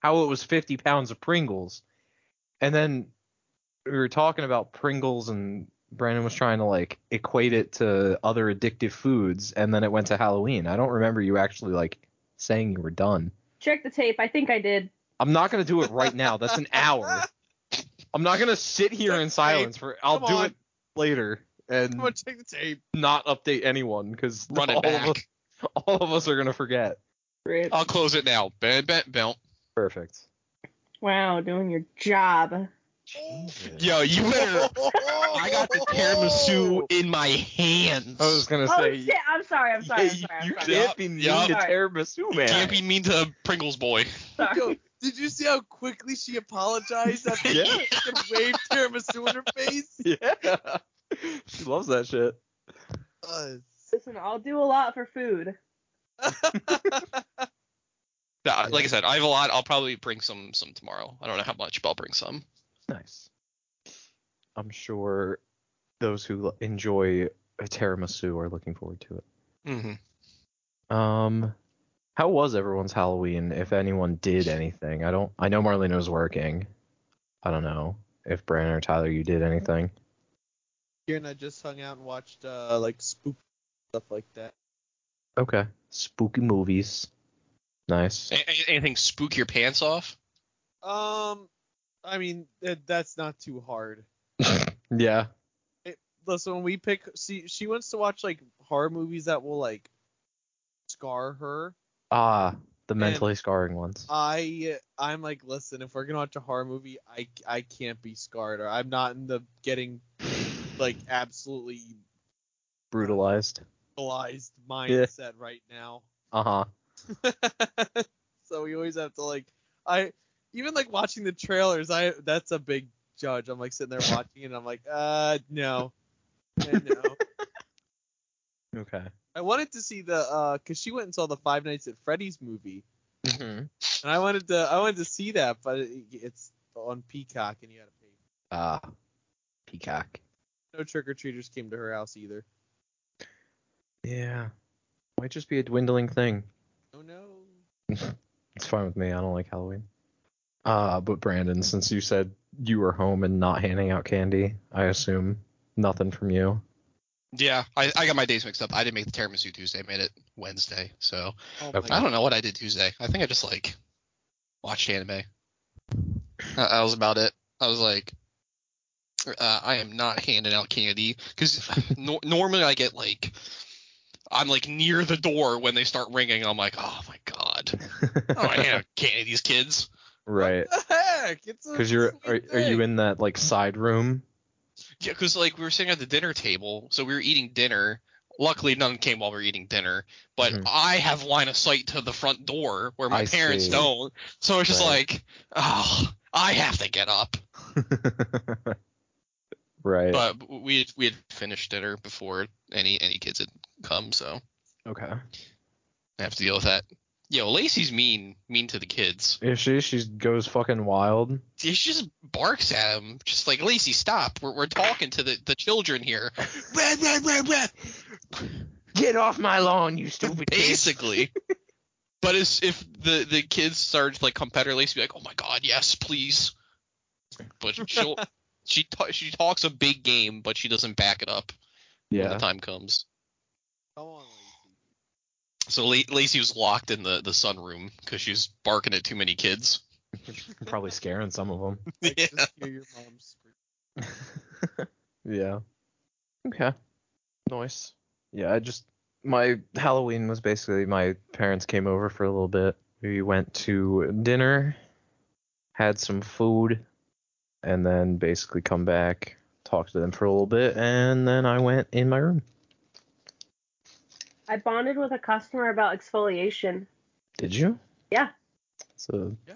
Speaker 1: how it was 50 pounds of Pringles. And then we were talking about Pringles, and Brandon was trying to like equate it to other addictive foods, and then it went to Halloween. I don't remember you actually like saying you were done.
Speaker 4: Check the tape. I think I did.
Speaker 1: I'm not gonna do it right now. That's an hour. I'm not gonna sit here in silence for. I'll
Speaker 3: come
Speaker 1: do
Speaker 3: on.
Speaker 1: it later
Speaker 3: I'm
Speaker 1: and
Speaker 3: gonna take the tape.
Speaker 1: not update anyone because
Speaker 2: Run
Speaker 1: all
Speaker 2: it
Speaker 1: of us,
Speaker 2: back.
Speaker 1: all of us are gonna forget.
Speaker 4: Rip.
Speaker 1: Oh.
Speaker 2: I'll close it now. Ben, ben, ben.
Speaker 1: Perfect.
Speaker 4: Wow, doing your job.
Speaker 2: Yo, you better. I got the tiramisu in my hands.
Speaker 1: I was gonna
Speaker 4: Oh
Speaker 1: say.
Speaker 4: shit! I'm sorry. I'm sorry.
Speaker 1: yeah,
Speaker 4: I'm
Speaker 1: you-
Speaker 4: sorry.
Speaker 1: you
Speaker 4: I'm sorry.
Speaker 1: can't be mean
Speaker 2: Yup.
Speaker 1: to tiramisu man.
Speaker 2: Can't be mean to Pringles boy.
Speaker 4: Sorry.
Speaker 3: Yo, did you see how quickly she apologized after
Speaker 1: Yeah.
Speaker 3: she fucking waved tiramisu in her face?
Speaker 1: Yeah. she loves that shit.
Speaker 3: Uh,
Speaker 4: Listen, I'll do a lot for food.
Speaker 2: Nah, Like I said, I have a lot. I'll probably bring some some tomorrow. I don't know how much, but I'll bring some.
Speaker 1: Nice. I'm sure those who l- enjoy a tiramisu are looking forward to it.
Speaker 2: Mm-hmm.
Speaker 1: Um, how was everyone's Halloween? If anyone did anything, I don't. I know Marlena was working. I don't know if Brandon or Tyler, you did anything.
Speaker 3: Here and I just hung out and watched uh, like spook stuff like that.
Speaker 1: Okay. Spooky movies. Nice.
Speaker 2: anything spook your pants off?
Speaker 3: Um, I mean that, that's not too hard.
Speaker 1: Yeah.
Speaker 3: Listen, when we pick, see, she wants to watch like horror movies that will like scar her.
Speaker 1: Ah, the
Speaker 3: Man.
Speaker 1: mentally scarring
Speaker 3: uh,
Speaker 1: ones.
Speaker 3: I I'm like, listen, if we're gonna watch a horror movie, I I can't be scarred or I'm not in the getting like absolutely
Speaker 1: Brutalized.
Speaker 3: realized mindset right now.
Speaker 1: Uh huh.
Speaker 3: so we always have to like I even like watching the trailers, I that's a big judge. I'm like sitting there watching it and I'm like, uh no. Eh, no.
Speaker 1: Okay.
Speaker 3: I wanted to see the uh cuz she went and saw the Five Nights at Freddy's movie Mm-hmm. and I wanted to I wanted to see that but it, it's on Peacock and you got to pay.
Speaker 1: Ah, peacock.
Speaker 3: No trick or treaters came to her house either.
Speaker 1: Yeah. Might just be a dwindling thing.
Speaker 3: Oh no.
Speaker 1: It's fine with me. I don't like Halloween. Uh, but Brandon, since you said you were home and not handing out candy, I assume nothing from you.
Speaker 2: Yeah, I, I got my days mixed up. I didn't make the tiramisu Tuesday. I made it Wednesday. So
Speaker 3: Oh my
Speaker 1: Okay.
Speaker 2: I
Speaker 3: God.
Speaker 2: don't know what I did Tuesday. I think I just like watched anime. Uh, That, that was about it. I was like, uh, I am not handing out candy because nor normally I get like, I'm like near the door when they start ringing. I'm like, oh my god,
Speaker 3: Oh,
Speaker 2: Oh, I don't hand out candy to these kids.
Speaker 1: right.
Speaker 3: What the heck? It's a
Speaker 1: Because you're are,
Speaker 3: sweet
Speaker 1: are you
Speaker 3: thing.
Speaker 1: in that like side room?
Speaker 2: Yeah, because like we were sitting at the dinner table, so we were eating dinner. Luckily, none came while we were eating dinner, but
Speaker 1: Mhm.
Speaker 2: I have line of sight to the front door where my
Speaker 1: I
Speaker 2: parents
Speaker 1: see.
Speaker 2: don't. So it's just
Speaker 1: Right.
Speaker 2: like, oh, I have to get up.
Speaker 1: right.
Speaker 2: But we had- we had finished dinner before any any kids had come, so
Speaker 1: okay.
Speaker 2: I have to deal with that. Yo, Lacey's mean mean to the kids.
Speaker 1: If she she goes fucking wild.
Speaker 2: She just barks at them, just like Lacey, stop. We're we're talking to the the children here. Wah, wah, wah, wah.
Speaker 1: Get off my lawn, you stupid
Speaker 2: basically. but it's, if the the kids started to, like come pet her, Lacey be like, "Oh my god, yes, please." But she'll she ta- she talks a big game, but she doesn't back it up when
Speaker 1: Yeah.
Speaker 2: the time comes.
Speaker 3: Come on, Lacey.
Speaker 2: So La- Lacey was locked in the the sunroom because she was barking at too many kids.
Speaker 1: Probably scaring some of them.
Speaker 3: I can just hear your mom scream.
Speaker 1: yeah. Okay. Nice. Yeah, I just my Halloween was basically my parents came over for a little bit. We went to dinner, had some food, and then basically come back, talked to them for a little bit, and then I went in my room.
Speaker 4: I bonded with a customer about exfoliation.
Speaker 1: Did you?
Speaker 4: Yeah.
Speaker 1: It's a
Speaker 3: Yeah.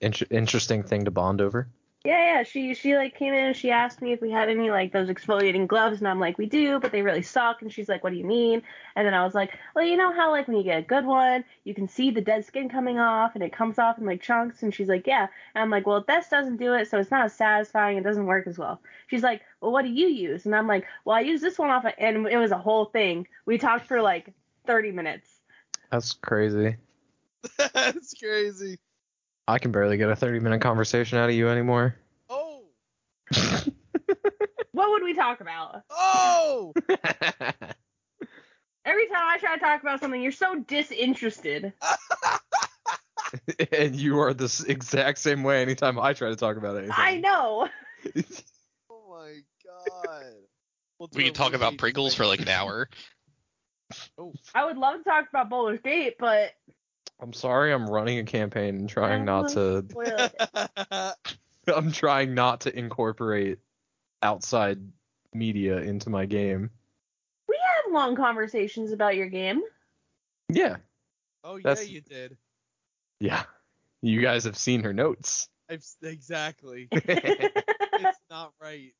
Speaker 1: inter- interesting thing to bond over.
Speaker 4: Yeah, yeah. She she like came in and she asked me if we had any like those exfoliating gloves, and I'm like, we do, but they really suck. And she's like, what do you mean? And then I was like, well, you know how like when you get a good one, you can see the dead skin coming off, and it comes off in like chunks. And she's like, yeah. And I'm like, well, this doesn't do it, so it's not as satisfying. It doesn't work as well. She's like, well, what do you use? And I'm like, well, I use this one off, of, and it was a whole thing. We talked for like 30 minutes.
Speaker 1: That's crazy.
Speaker 3: That's crazy.
Speaker 1: I can barely get a 30 minute conversation out of you anymore.
Speaker 3: Oh!
Speaker 4: What would we talk about?
Speaker 3: Oh!
Speaker 4: Every time I try to talk about something, you're so disinterested.
Speaker 1: and you are the s- exact same way anytime I try to talk about anything.
Speaker 4: I know.
Speaker 3: oh my god. We'll do
Speaker 2: We
Speaker 3: a
Speaker 2: could talk about
Speaker 3: rotating
Speaker 2: Pringles for
Speaker 3: thing.
Speaker 2: like an hour.
Speaker 3: Oh,
Speaker 4: I would love to talk about Bowler's Gate, but
Speaker 1: I'm sorry I'm running a campaign and trying not to
Speaker 4: spoil it.
Speaker 1: I'm trying not to incorporate outside media into my game.
Speaker 4: we had long conversations about your game.
Speaker 1: Yeah.
Speaker 3: oh yeah,
Speaker 1: That's-
Speaker 3: you did.
Speaker 1: Yeah. You guys have seen her notes.
Speaker 3: I've, s- exactly.
Speaker 4: I
Speaker 3: it's not right.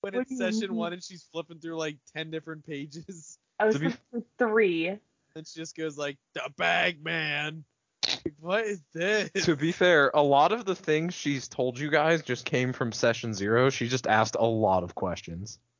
Speaker 3: When
Speaker 4: What
Speaker 3: it's
Speaker 4: do you
Speaker 3: session
Speaker 4: mean?
Speaker 3: one and she's flipping through like ten different pages,
Speaker 4: was
Speaker 1: To be-
Speaker 4: for three.
Speaker 3: and she just goes like, "The bag man." Like, what is this?
Speaker 1: to be fair, a lot of the things she's told you guys just came from session zero. She just asked a lot of questions.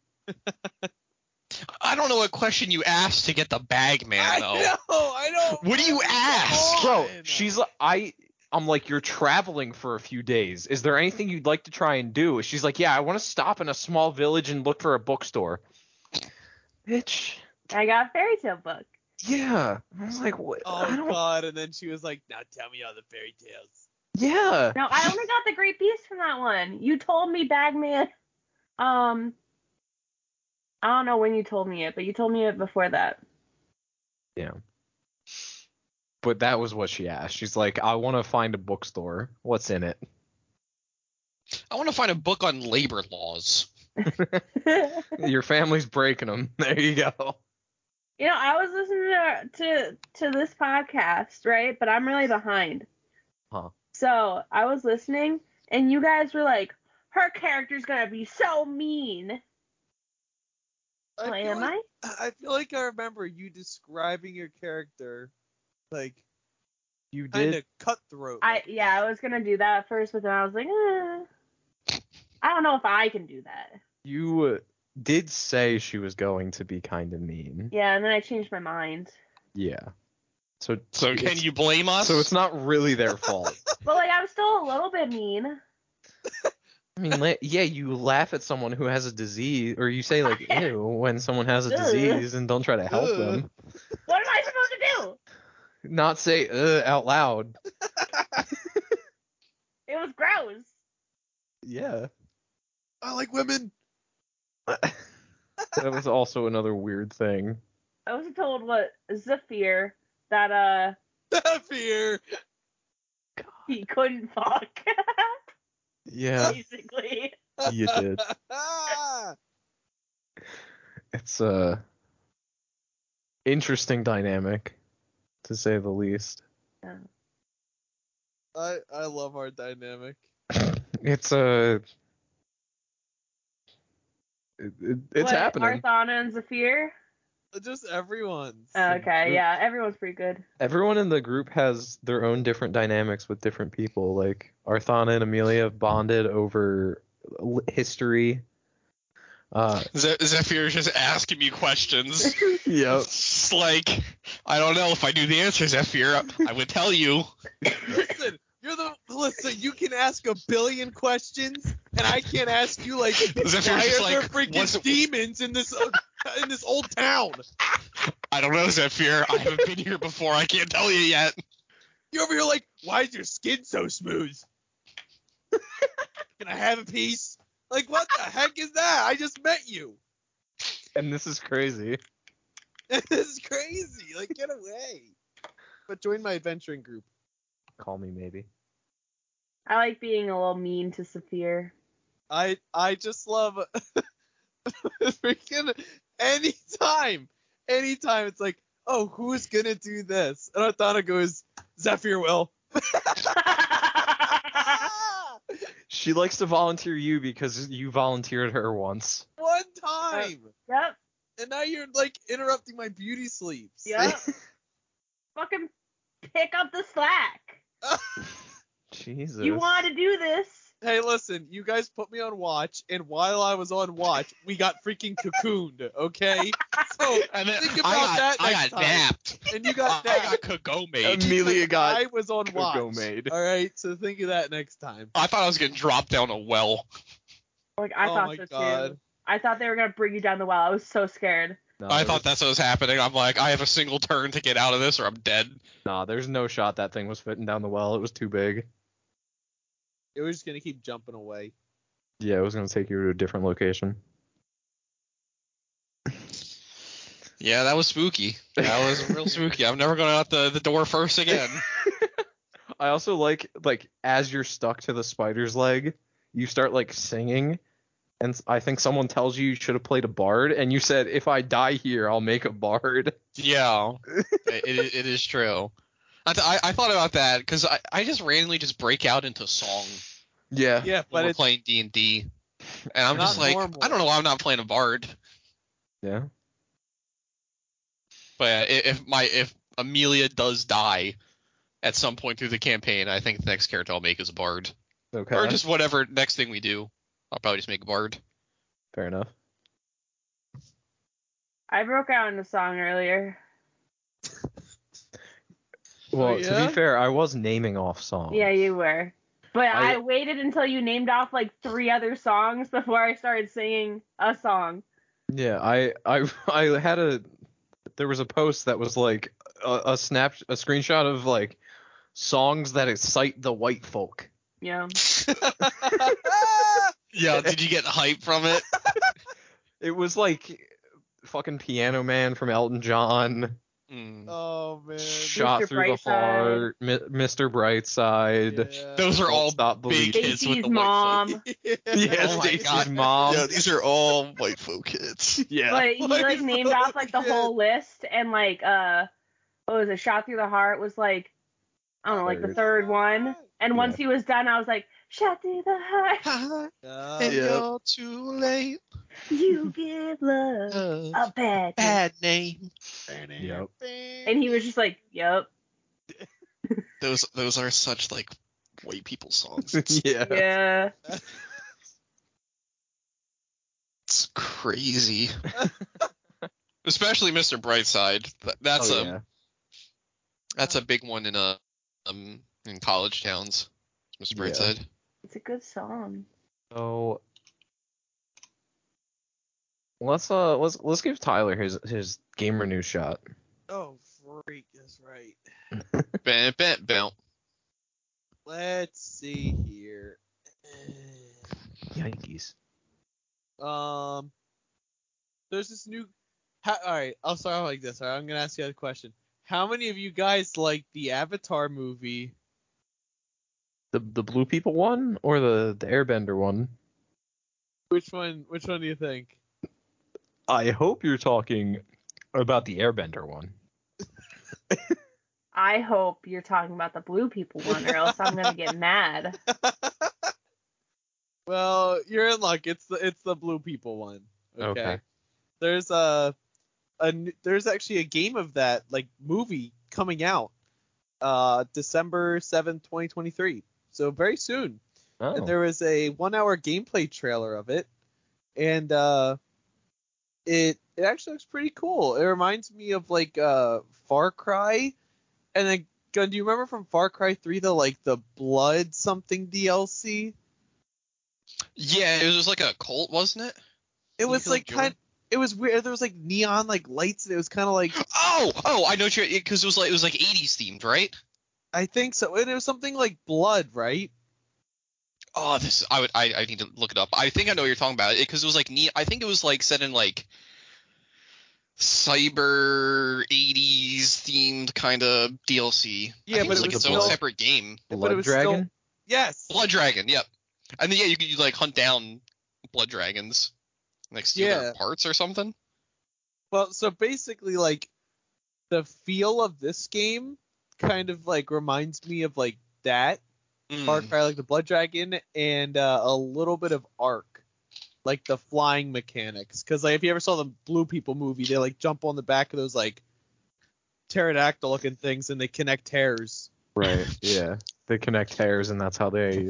Speaker 2: I don't know what question you asked to get the bag
Speaker 3: I
Speaker 2: man though.
Speaker 3: know. I know.
Speaker 2: What do you ask?
Speaker 1: Bro,
Speaker 3: Fine.
Speaker 1: she's li- I I'm like, you're traveling for a few days. Is there anything you'd like to try and do? She's like, Yeah, I want to stop in a small village and look for a bookstore. Bitch.
Speaker 4: I got a fairy tale book.
Speaker 1: Yeah. I was like, what I
Speaker 3: Oh
Speaker 1: don't
Speaker 3: god! And then she was like, "Now tell me all the fairy tales."
Speaker 1: Yeah.
Speaker 4: No, I only got the Great Beast from that one. You told me Bagman. Um, I don't know when you told me it, but you told me it before that.
Speaker 1: But that was what she asked. She's like, I want to find a bookstore. What's in it?
Speaker 2: I want to find a book on labor laws.
Speaker 4: you
Speaker 1: Your family's breaking them. There you go.
Speaker 4: know, I was listening to, to to this podcast, right? But I'm really behind.
Speaker 1: Huh.
Speaker 4: So I was listening, and you guys were like, "Her character's gonna be so mean."
Speaker 3: I
Speaker 4: Well,
Speaker 3: feel
Speaker 4: am
Speaker 3: like-
Speaker 4: I?
Speaker 3: I feel like I remember you describing your character like
Speaker 1: You did.
Speaker 3: kind of cutthroat.
Speaker 4: I
Speaker 3: like
Speaker 4: yeah, I was gonna do that at first, but then I was like, eh, I don't know if I can do that.
Speaker 1: You uh, did say she was going to be kind of mean.
Speaker 4: Yeah, and then I changed my mind.
Speaker 1: Yeah. So
Speaker 2: So can
Speaker 1: It's-
Speaker 2: you blame us?
Speaker 1: so it's not really their fault.
Speaker 4: But like, I'm still a little bit mean.
Speaker 1: I mean, la- yeah, you laugh at someone who has a disease, or you say like "ew" when someone has a
Speaker 4: Ugh.
Speaker 1: disease and don't try to help
Speaker 3: Ugh.
Speaker 1: them.
Speaker 4: What am I supposed
Speaker 1: Not say "uh" out loud.
Speaker 4: to do? It was gross.
Speaker 1: Yeah.
Speaker 3: I like women.
Speaker 1: that was also another weird thing.
Speaker 4: I was told what Zephyr that uh
Speaker 3: Fear.
Speaker 4: he couldn't fuck
Speaker 1: Yeah,
Speaker 4: basically.
Speaker 1: you did. It's a interesting dynamic, to say the least.
Speaker 3: I I love our dynamic.
Speaker 1: It's a. It, it, it's
Speaker 4: What,
Speaker 1: happening.
Speaker 4: Arthana and Zephyr.
Speaker 3: Just everyone's.
Speaker 4: Oh, okay,
Speaker 1: Zephyr.
Speaker 4: yeah, everyone's pretty good.
Speaker 1: Everyone in the group has their own different dynamics with different people. Like Arthana and Amelia have bonded over l- history. Uh,
Speaker 2: Ze- Zephyr is just asking me questions.
Speaker 1: yep.
Speaker 2: It's like I don't know if I knew the answer, Zephyr. I would tell you.
Speaker 3: listen, you're the listen. You can ask a billion questions, and I can't ask you like
Speaker 2: Zephyr
Speaker 3: why
Speaker 2: just
Speaker 3: are there
Speaker 2: like,
Speaker 3: freaking
Speaker 2: what's-
Speaker 3: demons in this uh, in this old town?
Speaker 2: I don't know, Zephyr. I haven't been here before. I can't tell you yet.
Speaker 3: You're over here like, why is your skin so smooth? Can I have a piece? Like, what the heck is that? I just met you.
Speaker 1: And this is crazy.
Speaker 3: this is crazy. Like, get away. But join my adventuring group.
Speaker 1: Call me maybe.
Speaker 4: I like being a little mean to Zephyr.
Speaker 3: I I just love freaking anytime. Anytime it's like, oh, who's gonna do this? And Arthana goes, Zephyr will. Ah!
Speaker 1: She likes to volunteer you because you volunteered her once.
Speaker 3: One time.
Speaker 4: yep,
Speaker 3: and now you're like interrupting my beauty sleeps.
Speaker 4: yep. Fucking pick up the slack.
Speaker 1: Jesus.
Speaker 4: You want to do this?
Speaker 3: hey, listen, you guys put me on watch, and while I was on watch, we got freaking cocooned, okay? So,
Speaker 2: And then
Speaker 3: Think
Speaker 2: I
Speaker 3: about
Speaker 2: got,
Speaker 3: that
Speaker 2: I
Speaker 3: next
Speaker 2: got
Speaker 3: time.
Speaker 2: napped.
Speaker 3: and you
Speaker 2: I
Speaker 3: got that.
Speaker 2: got kagome.
Speaker 1: Amelia got
Speaker 3: I was on watch.
Speaker 1: Coco made.
Speaker 3: All right, so think of that next time.
Speaker 2: I thought I was getting dropped down a well.
Speaker 4: Like I
Speaker 3: oh
Speaker 4: thought
Speaker 3: my
Speaker 4: so
Speaker 3: god.
Speaker 4: too. I thought they were gonna bring you down the well. I was so scared.
Speaker 1: No,
Speaker 2: I
Speaker 1: there
Speaker 2: thought that's what was happening. I'm like, I have a single turn to get out of this, or I'm dead.
Speaker 1: was- Nah, there's no shot that thing was fitting down the well. It was too big.
Speaker 3: It was just gonna keep jumping away.
Speaker 1: Yeah, it was gonna take you to a different location.
Speaker 2: Yeah, that was spooky. That was real spooky. I'm never going out the, the door first again.
Speaker 1: I also like like as you're stuck to the spider's leg, you start like singing, and s- I think someone tells you you should have played a bard, and you said if I die here, I'll make a bard.
Speaker 2: Yeah, it, it, it is true. I, th- I, I thought about that because I, I just randomly just break out into song
Speaker 1: Yeah.
Speaker 3: Yeah,
Speaker 2: when
Speaker 3: but
Speaker 2: we're
Speaker 3: it's
Speaker 2: playing D and D, and I'm just
Speaker 3: Not
Speaker 2: like,
Speaker 3: normal.
Speaker 2: I don't know why I'm not playing a bard.
Speaker 1: Yeah.
Speaker 2: But i- if my if Amelia does die at some point through the campaign, I think the next character I'll make is a bard,
Speaker 1: Okay.
Speaker 2: or just whatever next thing we do. I'll probably just make a bard.
Speaker 1: Fair enough.
Speaker 4: I broke out in a song earlier.
Speaker 1: Well, to
Speaker 3: yeah?
Speaker 1: be fair, I was naming off songs.
Speaker 4: Yeah, you were. But
Speaker 1: Oh, I-
Speaker 4: I, waited until you named off like three other songs before I started singing a song.
Speaker 1: Yeah, I I I had a there was a post that was like a, a snap a screenshot of like songs that excite the white folk.
Speaker 4: Yeah.
Speaker 3: Ah!
Speaker 2: Yeah, did you get hype from it?
Speaker 1: It was like fucking Piano Man from Elton John,
Speaker 2: Mm.
Speaker 3: Oh man.
Speaker 1: Shot
Speaker 4: Mr.
Speaker 1: Through the
Speaker 4: Brightside.
Speaker 1: Heart, Mi- Mr. Brightside.
Speaker 3: Yeah.
Speaker 2: Those are
Speaker 5: Oh,
Speaker 1: Don't
Speaker 2: all
Speaker 1: stop
Speaker 2: big
Speaker 1: believing.
Speaker 2: kids with
Speaker 4: Casey's
Speaker 2: the white
Speaker 4: mom.
Speaker 1: Yeah,
Speaker 2: Oh my
Speaker 1: Stacy's
Speaker 2: God.
Speaker 1: mom.
Speaker 5: yeah, these are all white folk hits.
Speaker 1: Yeah.
Speaker 4: But he
Speaker 3: Like,
Speaker 4: like named off like the
Speaker 3: fucking-
Speaker 4: whole list and like uh what was it? Shot through the heart was like I don't know, like the
Speaker 1: Third.
Speaker 4: third one. And
Speaker 1: Yeah.
Speaker 4: once he was done, I was like, Shot through the heart,
Speaker 2: folk.
Speaker 3: Uh,
Speaker 2: and
Speaker 5: Yeah.
Speaker 2: you're too late.
Speaker 4: you give love
Speaker 2: Uh,
Speaker 4: a bad. name."
Speaker 2: bad name.
Speaker 1: Yep.
Speaker 4: And he was just like, Yep.
Speaker 5: Those those are such like white people songs. It's,
Speaker 1: yeah.
Speaker 4: Yeah.
Speaker 5: it's crazy.
Speaker 2: Especially Mr. Brightside. Th- That's
Speaker 1: Oh,
Speaker 2: a
Speaker 1: yeah.
Speaker 2: that's a big one in uh um in college towns. Mr.
Speaker 1: Yeah.
Speaker 2: Brightside.
Speaker 4: It's a good song.
Speaker 1: So let's uh let's let's give Tyler his his gamer news shot.
Speaker 3: oh freak, that's right.
Speaker 2: Bam, bam, bam.
Speaker 3: Let's see here.
Speaker 1: Yankees.
Speaker 3: Um, there's this new. Ha- all right, I'll start off like this. All right, I'm gonna ask you a question. How many of you guys like the Avatar movie?
Speaker 1: The the blue people one or the the airbender one?
Speaker 3: Which one? Which one do you think?
Speaker 1: I hope you're talking about the airbender one.
Speaker 4: I hope you're talking about the blue people one, or else I'm gonna get mad.
Speaker 3: Well, you're in luck. It's the it's the blue people one. Okay.
Speaker 1: Okay.
Speaker 3: There's a, a n- there's actually a game of that like movie coming out, uh, December seventh, 2023. So very soon.
Speaker 1: Oh.
Speaker 3: and there was a one hour gameplay trailer of it and uh it it actually looks pretty cool it reminds me of like uh far cry and then gun do you remember from far cry 3 the like the blood something dlc
Speaker 2: Yeah, it was just like a cult, wasn't it?
Speaker 3: it was
Speaker 2: could,
Speaker 3: like
Speaker 2: like, join.
Speaker 3: kind it was weird there was like neon like lights and it was kind of like
Speaker 2: Oh, oh, I know what you're because it was like it was like 80s themed, right?
Speaker 3: i think so and it was something like blood right
Speaker 2: Oh, this I would I, I need to look it up. I think I know what you're talking about because it was like ne- I think it was like set in like cyber 80s themed kind of DLC.
Speaker 3: Yeah,
Speaker 2: I
Speaker 1: but
Speaker 2: think it was
Speaker 1: it
Speaker 2: like
Speaker 1: was
Speaker 2: its
Speaker 1: still-
Speaker 2: own separate game.
Speaker 1: Blood
Speaker 3: but it was
Speaker 1: dragon.
Speaker 3: still- yes
Speaker 2: Blood Dragon, yep. And then yeah, you could you like hunt down blood dragons next to
Speaker 3: Yeah.
Speaker 2: their parts or something.
Speaker 3: Well, so basically, like the feel of this game kind of like reminds me of like that
Speaker 2: Mm.
Speaker 3: Far Cry, like the Blood Dragon, and uh, a little bit of Arc, like the flying mechanics. Because like if you ever saw the Blue People movie, they like jump on the back of those like pterodactyl looking things and they connect hairs.
Speaker 1: Right. Yeah. They connect hairs, and that's how they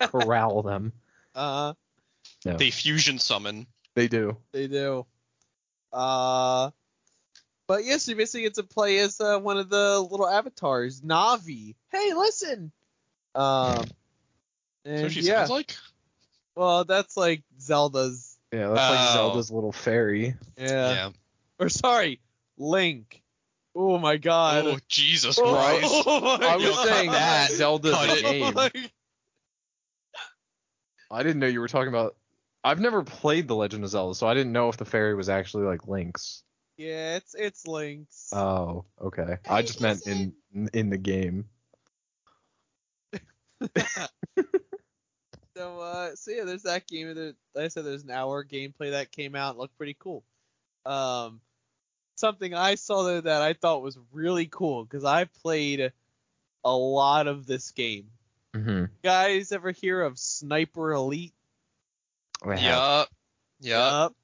Speaker 1: corral them.
Speaker 3: Uh,
Speaker 2: They fusion summon.
Speaker 1: They do.
Speaker 3: They do. Uh, but yes, he basically gets to play as uh, one of the little avatars, Navi. Hey, listen. Um,
Speaker 5: That's
Speaker 3: and
Speaker 5: what she
Speaker 3: yeah,
Speaker 5: sounds like.
Speaker 3: well, that's like Zelda's.
Speaker 1: Yeah, that's like
Speaker 2: Oh.
Speaker 1: Zelda's little fairy.
Speaker 3: Yeah.
Speaker 2: yeah.
Speaker 3: Or sorry, Link. Oh my God.
Speaker 2: Oh Jesus
Speaker 3: Oh,
Speaker 2: Christ!
Speaker 3: oh my
Speaker 1: I was
Speaker 2: Yo, cut
Speaker 1: saying
Speaker 2: that.
Speaker 1: Zelda's
Speaker 2: Cut
Speaker 1: a
Speaker 2: it.
Speaker 1: game. I didn't know you were talking about. I've never played The Legend of Zelda, so I didn't know if the fairy was actually like Link's.
Speaker 3: Yeah, it's it's Link's.
Speaker 1: Oh, okay. I just meant in in the game.
Speaker 3: So uh, so yeah, there's that game. There, like I said, there's an hour gameplay that came out. It looked pretty cool. Um, something I saw there that I thought was really cool because I played a lot of this game.
Speaker 1: Mm-hmm.
Speaker 3: Guys, ever hear of Sniper Elite?
Speaker 2: Yeah, yeah.
Speaker 3: Yup.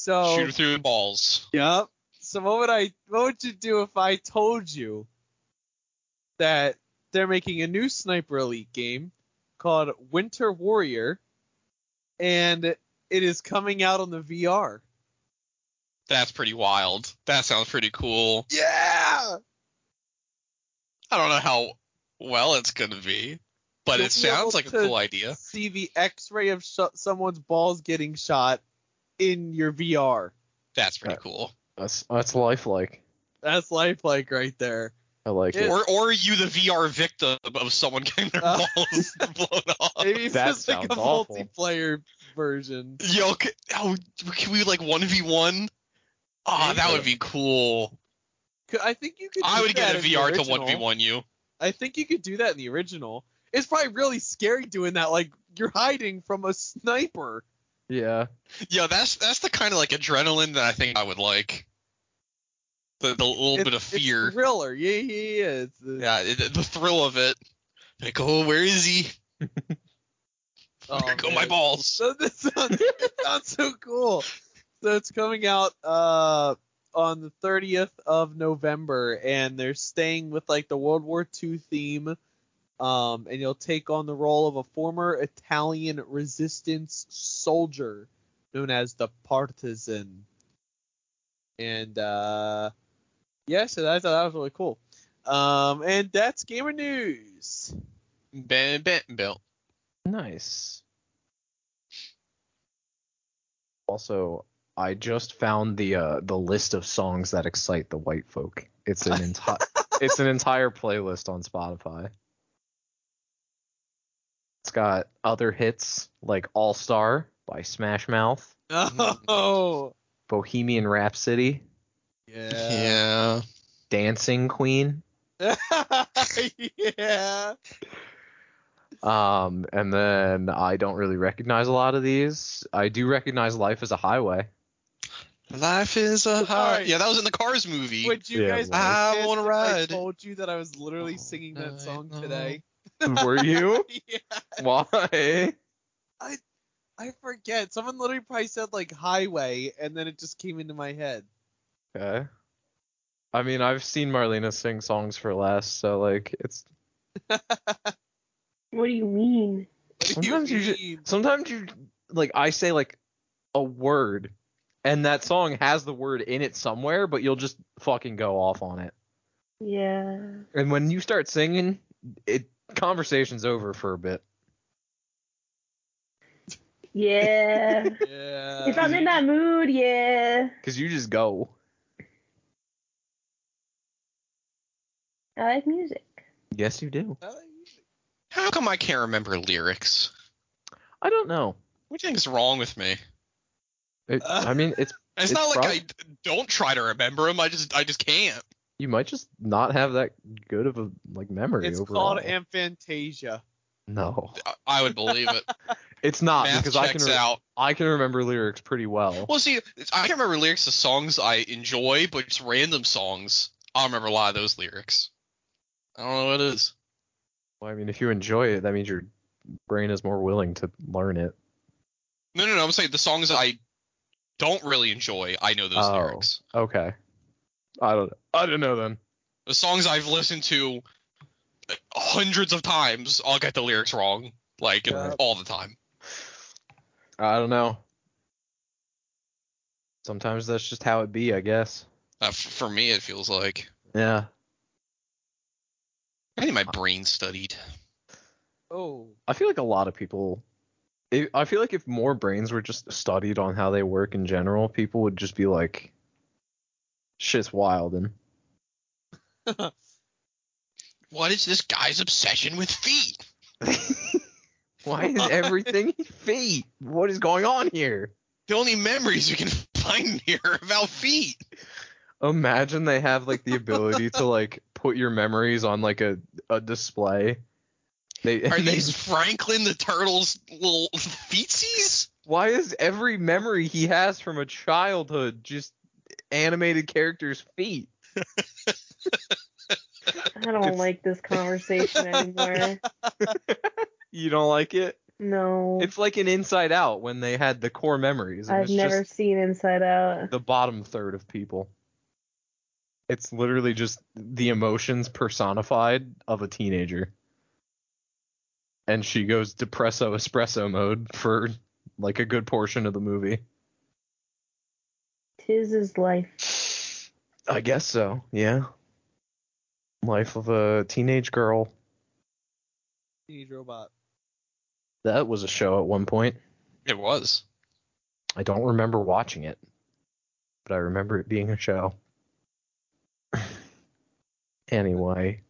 Speaker 3: So
Speaker 2: Shoot him through the balls.
Speaker 3: Yep. So what would I what would you do if I told you that they're making a new Sniper Elite game called Winter Warrior and it is coming out on the VR.
Speaker 2: That's pretty wild. That sounds pretty cool.
Speaker 3: Yeah.
Speaker 2: I don't know how well it's gonna be, but
Speaker 3: You'll
Speaker 2: it
Speaker 3: be able
Speaker 2: sounds like a
Speaker 3: to-
Speaker 2: cool idea.
Speaker 3: See the x-ray of sh- someone's balls getting shot in your VR.
Speaker 2: That's pretty
Speaker 1: Yeah.
Speaker 2: cool.
Speaker 1: That's that's lifelike.
Speaker 3: That's lifelike right there.
Speaker 1: I like it.
Speaker 2: Or or are you the VR victim of someone getting their
Speaker 3: Uh,
Speaker 2: balls blown off?
Speaker 3: Maybe it's
Speaker 1: That
Speaker 3: just like a
Speaker 1: sounds awful.
Speaker 3: multiplayer version.
Speaker 2: Yo, can, oh, can we like one v one? Ah, that would be cool.
Speaker 3: Could- I think you could
Speaker 2: I
Speaker 3: do
Speaker 2: would get
Speaker 3: that
Speaker 2: a
Speaker 3: in the
Speaker 2: VR to
Speaker 3: original.
Speaker 2: one v one you.
Speaker 3: I think you could do that in the original. It's probably really scary doing that. Like you're hiding from a sniper.
Speaker 1: yeah.
Speaker 2: Yeah, that's that's the kind of like adrenaline that I think I would like. The the little
Speaker 3: It's-
Speaker 2: bit of fear.
Speaker 3: It's thriller. Yeah, yeah, yeah. It's, uh,
Speaker 2: yeah, it, the thrill of it. Like, oh, where is he?
Speaker 3: oh,
Speaker 2: There go
Speaker 3: man.
Speaker 2: my balls.
Speaker 3: So this sounds, it sounds so cool. So it's coming out uh on the 30th of November, and they're staying with like the World War II theme. Um, and you'll take on the role of a former Italian resistance soldier known as the Partisan. And uh, yeah, so that- I thought that was really cool. Um, and that's gamer news.
Speaker 2: Ben Bentonville.
Speaker 1: Nice. Also, I just found the uh, the list of songs that excite the white folk. It's an entire it's an entire playlist on Spotify. It's got other hits like All Star by Smash Mouth,
Speaker 3: Oh,
Speaker 1: Bohemian Rhapsody,
Speaker 2: Yeah.
Speaker 1: Dancing Queen,
Speaker 3: yeah.
Speaker 1: um, and then I don't really recognize a lot of these. I do recognize Life is a Highway.
Speaker 2: Life is a high.
Speaker 3: Alright.
Speaker 2: Yeah, that was in the Cars movie.
Speaker 3: Would you
Speaker 1: Yeah,
Speaker 3: guys?
Speaker 1: well.
Speaker 2: I
Speaker 3: dance
Speaker 2: wanna
Speaker 3: if I
Speaker 2: ride.
Speaker 3: told you that I was literally
Speaker 1: Oh,
Speaker 2: All
Speaker 3: singing that
Speaker 2: night
Speaker 3: song
Speaker 2: long.
Speaker 3: today.
Speaker 1: Were you?
Speaker 3: yeah,
Speaker 1: Why?
Speaker 3: I forget. Someone literally probably said like highway, and then it just came into my head.
Speaker 1: Okay. I mean, I've seen Marlena sing songs for less, so like it's
Speaker 4: What do you mean?
Speaker 3: What do you
Speaker 1: Sometimes you ju-
Speaker 3: mean?
Speaker 1: sometimes you like I say like a word and that song has the word in it somewhere, but you'll just fucking go off on it.
Speaker 4: Yeah.
Speaker 1: And when you start singing, it conversation's over for a bit.
Speaker 4: Yeah.
Speaker 3: yeah.
Speaker 4: if I'm in that mood, yeah.
Speaker 1: Cause you just go.
Speaker 4: I like music.
Speaker 1: Yes you do.
Speaker 2: How come I can't remember lyrics?
Speaker 1: I don't know.
Speaker 2: What do you think is wrong with me?
Speaker 1: It,
Speaker 3: Uh.
Speaker 1: I mean it's
Speaker 2: It's,
Speaker 1: It's
Speaker 2: not like
Speaker 1: prob-
Speaker 2: I d- don't try to remember them. I just I just can't.
Speaker 1: you might just not have that good of a like memory
Speaker 3: It's
Speaker 1: overall.
Speaker 3: called Amphantasia.
Speaker 1: no.
Speaker 2: I, I would believe it.
Speaker 1: It's not
Speaker 2: Math
Speaker 1: because I can
Speaker 2: checks
Speaker 1: re-
Speaker 2: out.
Speaker 1: I can remember lyrics pretty well.
Speaker 2: Well, see, it's- I can remember lyrics to songs I enjoy, but just random songs. I don't remember a lot of those lyrics. I don't know what it is.
Speaker 1: Well, I mean, if you enjoy it, that means your brain is more willing to learn it.
Speaker 2: No, no, no. I'm saying the songs I don't really enjoy. I know those
Speaker 1: Oh.
Speaker 2: lyrics.
Speaker 1: Okay. I don't. I don't know then.
Speaker 2: The songs I've listened to hundreds of times. I'll get the lyrics wrong, like and
Speaker 3: Yeah.
Speaker 2: all the time.
Speaker 1: I don't know. Sometimes that's just how it be, I guess.
Speaker 2: Uh, f- for me, it feels like
Speaker 1: Yeah.
Speaker 2: I need my brain studied.
Speaker 3: Oh,
Speaker 1: I feel like a lot of people. i I feel like if more brains were just studied on how they work in general, people would just be like, "Shit's wild." And
Speaker 2: What is this guy's obsession with feet?
Speaker 1: why is everything feet? What is going on here?
Speaker 2: The only memories you can find here are about feet.
Speaker 1: Imagine they have like the ability to like put your memories on like a a display. They,
Speaker 2: Are
Speaker 1: and they-
Speaker 2: these Franklin the turtle's little feetsies?
Speaker 1: why is every memory he has from a childhood just animated characters' feet?
Speaker 4: I don't like this conversation anymore.
Speaker 1: You don't like it?
Speaker 4: No.
Speaker 1: It's like an Inside Out when they had the core memories. and
Speaker 4: I've
Speaker 1: it's
Speaker 4: never
Speaker 1: just
Speaker 4: seen Inside Out.
Speaker 1: the bottom third of people. It's literally just the emotions personified of a teenager. And she goes depresso espresso mode for like a good portion of the movie.
Speaker 4: Tis is life.
Speaker 1: I guess so. Yeah. Life of a teenage girl.
Speaker 3: teenage robot.
Speaker 1: That was a show at one point.
Speaker 2: It was.
Speaker 1: I don't remember watching it, but I remember it being a show. anyway,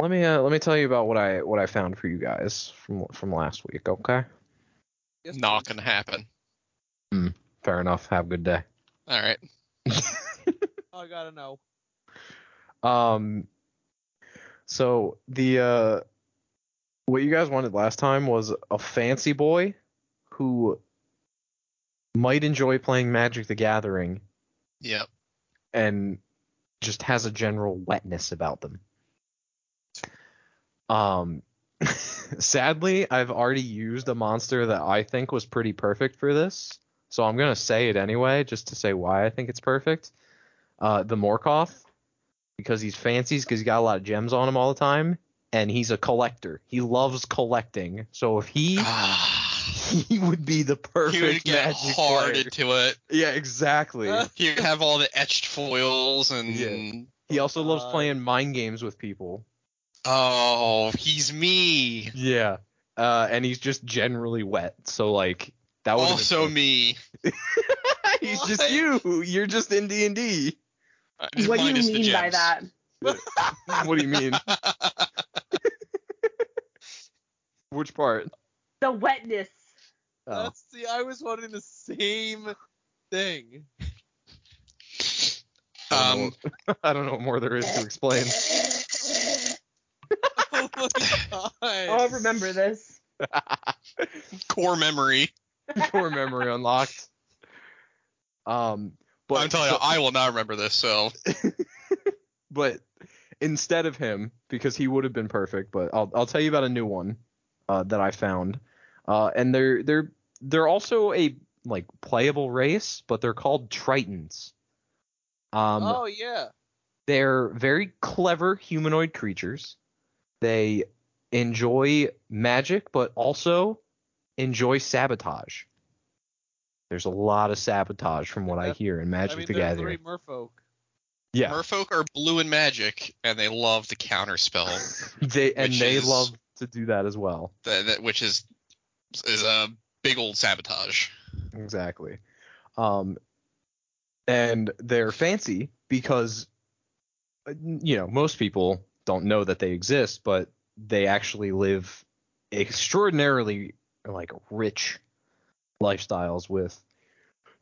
Speaker 1: let me uh, let me tell you about what I what I found for you guys from from last week. Okay,
Speaker 3: Yes,
Speaker 2: Not
Speaker 3: please.
Speaker 2: gonna happen.
Speaker 1: fair enough. Have a good day.
Speaker 2: All right.
Speaker 3: Oh, I gotta know.
Speaker 1: Um, so the uh, what you guys wanted last time was a fancy boy who might enjoy playing Magic the Gathering
Speaker 5: Yep.
Speaker 1: and just has a general wetness about them. Um, sadly, I've already used a monster that I think was pretty perfect for this, so I'm gonna say it anyway, just to say why I think it's perfect. Uh, the Morkoth, because he's fancies, because he's got a lot of gems on him all the time, and he's a collector. He loves collecting, so if he he would be the perfect
Speaker 2: Ah. he would get
Speaker 1: magic
Speaker 2: hard
Speaker 1: player.
Speaker 2: into it.
Speaker 1: Yeah, exactly.
Speaker 2: He would have all the etched foils and
Speaker 1: Yeah. He also loves
Speaker 2: Uh.
Speaker 3: God.
Speaker 1: playing mind games with people.
Speaker 2: oh, he's me.
Speaker 1: Yeah. Uh, and he's just generally wet. So like that was
Speaker 2: Also me.
Speaker 1: he's just you. You're just in D and D.
Speaker 2: Uh, just
Speaker 4: what do
Speaker 2: minus
Speaker 4: you
Speaker 2: the
Speaker 4: mean by
Speaker 2: gems.
Speaker 4: that?
Speaker 1: What do you mean? Which part?
Speaker 4: The wetness.
Speaker 1: Oh.
Speaker 3: That's the Uh, I was wanting the same thing.
Speaker 1: I don't
Speaker 2: Um,
Speaker 1: know what- I don't know what more there is to explain.
Speaker 3: Oh my god.
Speaker 4: I'll Oh, remember this.
Speaker 2: core memory.
Speaker 1: Core memory unlocked. Um, but
Speaker 2: I'm telling you, I will not remember this. So
Speaker 1: but instead of him, because he would have been perfect, but I'll I'll tell you about a new one uh, that I found, uh, and they're they're they're also a like playable race, but they're called Tritons. Um,
Speaker 3: oh yeah.
Speaker 1: they're very clever humanoid creatures. They enjoy magic, but also enjoy sabotage. There's a lot of sabotage from what I
Speaker 3: Yeah.
Speaker 1: hear in Magic
Speaker 3: I mean,
Speaker 1: the
Speaker 3: they're
Speaker 1: Gathering.
Speaker 3: three merfolk.
Speaker 1: yeah,
Speaker 2: merfolk are blue and magic, and they love the counter spell,
Speaker 1: they and
Speaker 2: which
Speaker 1: they
Speaker 2: is-
Speaker 1: love to do that as well.
Speaker 2: that, that, which is is a big old sabotage.
Speaker 1: Exactly. Um, and they're fancy because, uh, you know, most people don't know that they exist, but they actually live extraordinarily like rich lifestyles with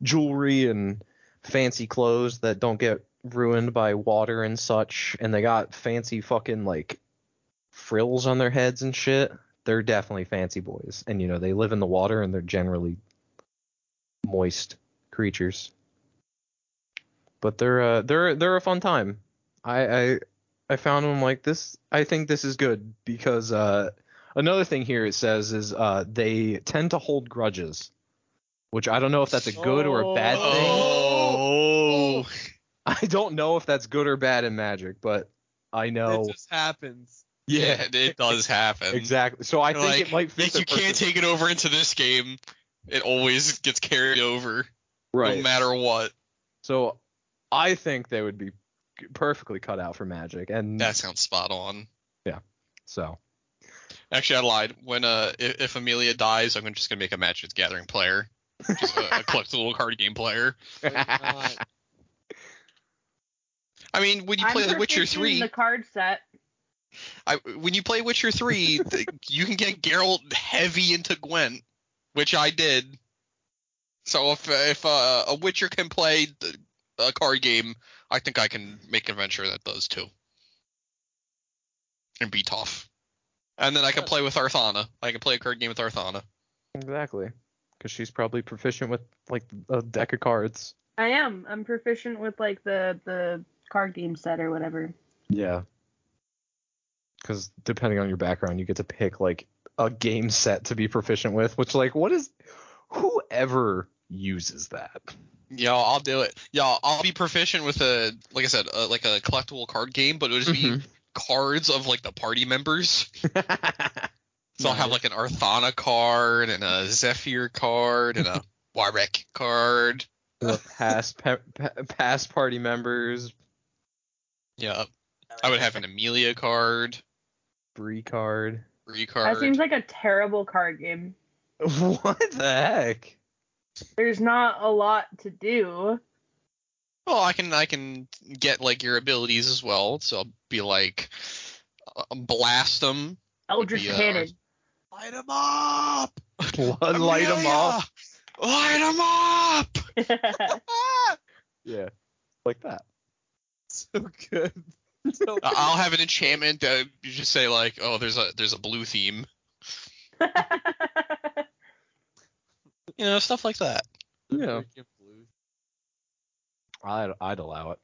Speaker 1: jewelry and fancy clothes that don't get ruined by water and such and they got fancy fucking like frills on their heads and shit they're definitely fancy boys and you know they live in the water and they're generally moist creatures. But they're uh, they're they're a fun time. I I, I found them like this. I think this is good because uh, another thing here it says is uh, they tend to hold grudges, which I don't know if that's a good or a bad thing.
Speaker 2: Oh,
Speaker 1: I don't know if that's good or bad in Magic, but I know
Speaker 3: It just happens.
Speaker 2: Yeah, it does happen.
Speaker 1: exactly. So I
Speaker 2: You're
Speaker 1: think
Speaker 2: like,
Speaker 1: it might fit.
Speaker 2: Like, you
Speaker 1: the
Speaker 2: can't
Speaker 1: person-
Speaker 2: take it over into this game. It always gets carried over,
Speaker 1: right.
Speaker 2: no matter what.
Speaker 1: So I think they would be perfectly cut out for magic, and
Speaker 2: That sounds spot on.
Speaker 1: so
Speaker 2: Actually, I lied. When uh, if, if Amelia dies, I'm just gonna make a Magic the Gathering player, just a, a collectible card game player.
Speaker 3: Why not?
Speaker 2: I mean, when you play
Speaker 4: I'm
Speaker 2: The Witcher
Speaker 4: proficient in
Speaker 2: three,
Speaker 4: The card set.
Speaker 2: I, when you play Witcher three, th- you can get Geralt heavy into Gwent, which I did. So if if uh, a Witcher can play th- a card game, I think I can make a venture that does too, and be tough. And then I can play with Arthana. I can play a card game with Arthana.
Speaker 1: exactly because she's probably proficient with like a deck of cards.
Speaker 4: I am. I'm proficient with like the the card game set or whatever.
Speaker 1: Yeah. Because depending on your background, you get to pick like a game set to be proficient with, which like what is whoever uses that.
Speaker 2: Yo, I'll do it. Yo, I'll be proficient with a, like I said, a, like a collectible card game, but it'll just be cards of like the party members. So I'll have like an Arthana card and a Zephyr card and a Warwick card.
Speaker 1: The past pe- pe- past party members,
Speaker 2: Yeah, I would have an Amelia card,
Speaker 1: Bree card.
Speaker 2: Bree
Speaker 4: That
Speaker 2: card.
Speaker 4: seems like a terrible card game.
Speaker 1: What the heck?
Speaker 4: There's not a lot to do.
Speaker 2: well, I can I can get like your abilities as well. So I'll be like uh, blast them.
Speaker 4: Eldritch
Speaker 2: be, uh,
Speaker 4: Cannon.
Speaker 5: Light 'em up.
Speaker 1: Blood light 'em up.
Speaker 5: Amelia! Light 'em up.
Speaker 1: Yeah, like that.
Speaker 3: so good. So
Speaker 2: I- I'll have an enchantment that you just say like, oh, there's a there's a blue theme. You know, stuff like that.
Speaker 1: Yeah,
Speaker 3: freaking blue.
Speaker 1: I'd I'd allow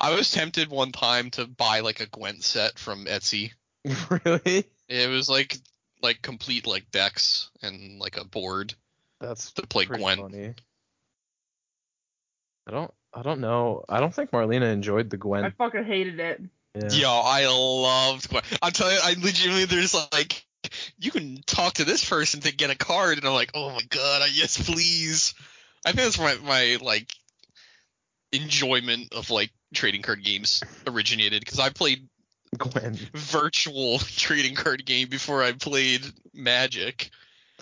Speaker 2: I was tempted one time to buy like a Gwent set from Etsy.
Speaker 1: it. really?
Speaker 2: It was like like complete like decks and like a board
Speaker 1: That's
Speaker 2: to play
Speaker 1: pretty
Speaker 2: Gwent.
Speaker 1: funny. I don't I don't know. I don't think Marlena enjoyed the
Speaker 4: I
Speaker 1: Gwen.
Speaker 4: fucking hated it.
Speaker 1: Yeah.
Speaker 2: Yo, I loved Gwent. I'm telling you, I legitimately there's like you can talk to this person to get a card, and I'm like, oh my god, I- yes please. I think that's where my my like enjoyment of like trading card games originated because I played
Speaker 1: Gwen.
Speaker 2: virtual trading card game before I played Magic.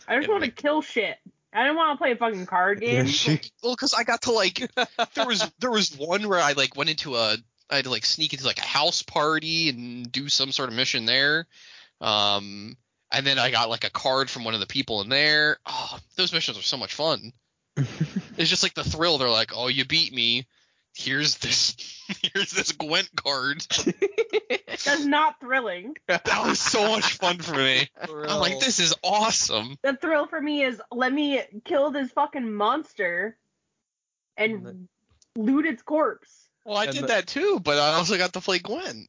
Speaker 4: I just
Speaker 2: Yeah,
Speaker 4: want to
Speaker 2: like-
Speaker 4: kill shit. I didn't want to play a fucking card
Speaker 1: Yeah,
Speaker 4: game.
Speaker 1: she,
Speaker 2: Well, because I got to like there was there was one where I like went into a I had to like sneak into like a house party and do some sort of mission there. Um, and then I got like a card from one of the people in there. Oh, those missions are so much fun. it's just like the thrill. They're like, oh, you beat me. Here's this here's this Gwent card.
Speaker 4: That's not thrilling.
Speaker 2: That was so much fun for me. Oh. I'm like, this is awesome.
Speaker 4: The thrill for me is let me kill this fucking monster and loot its corpse.
Speaker 2: Well, I
Speaker 1: And
Speaker 2: did
Speaker 1: the-
Speaker 2: that too, but I also got to play Gwen.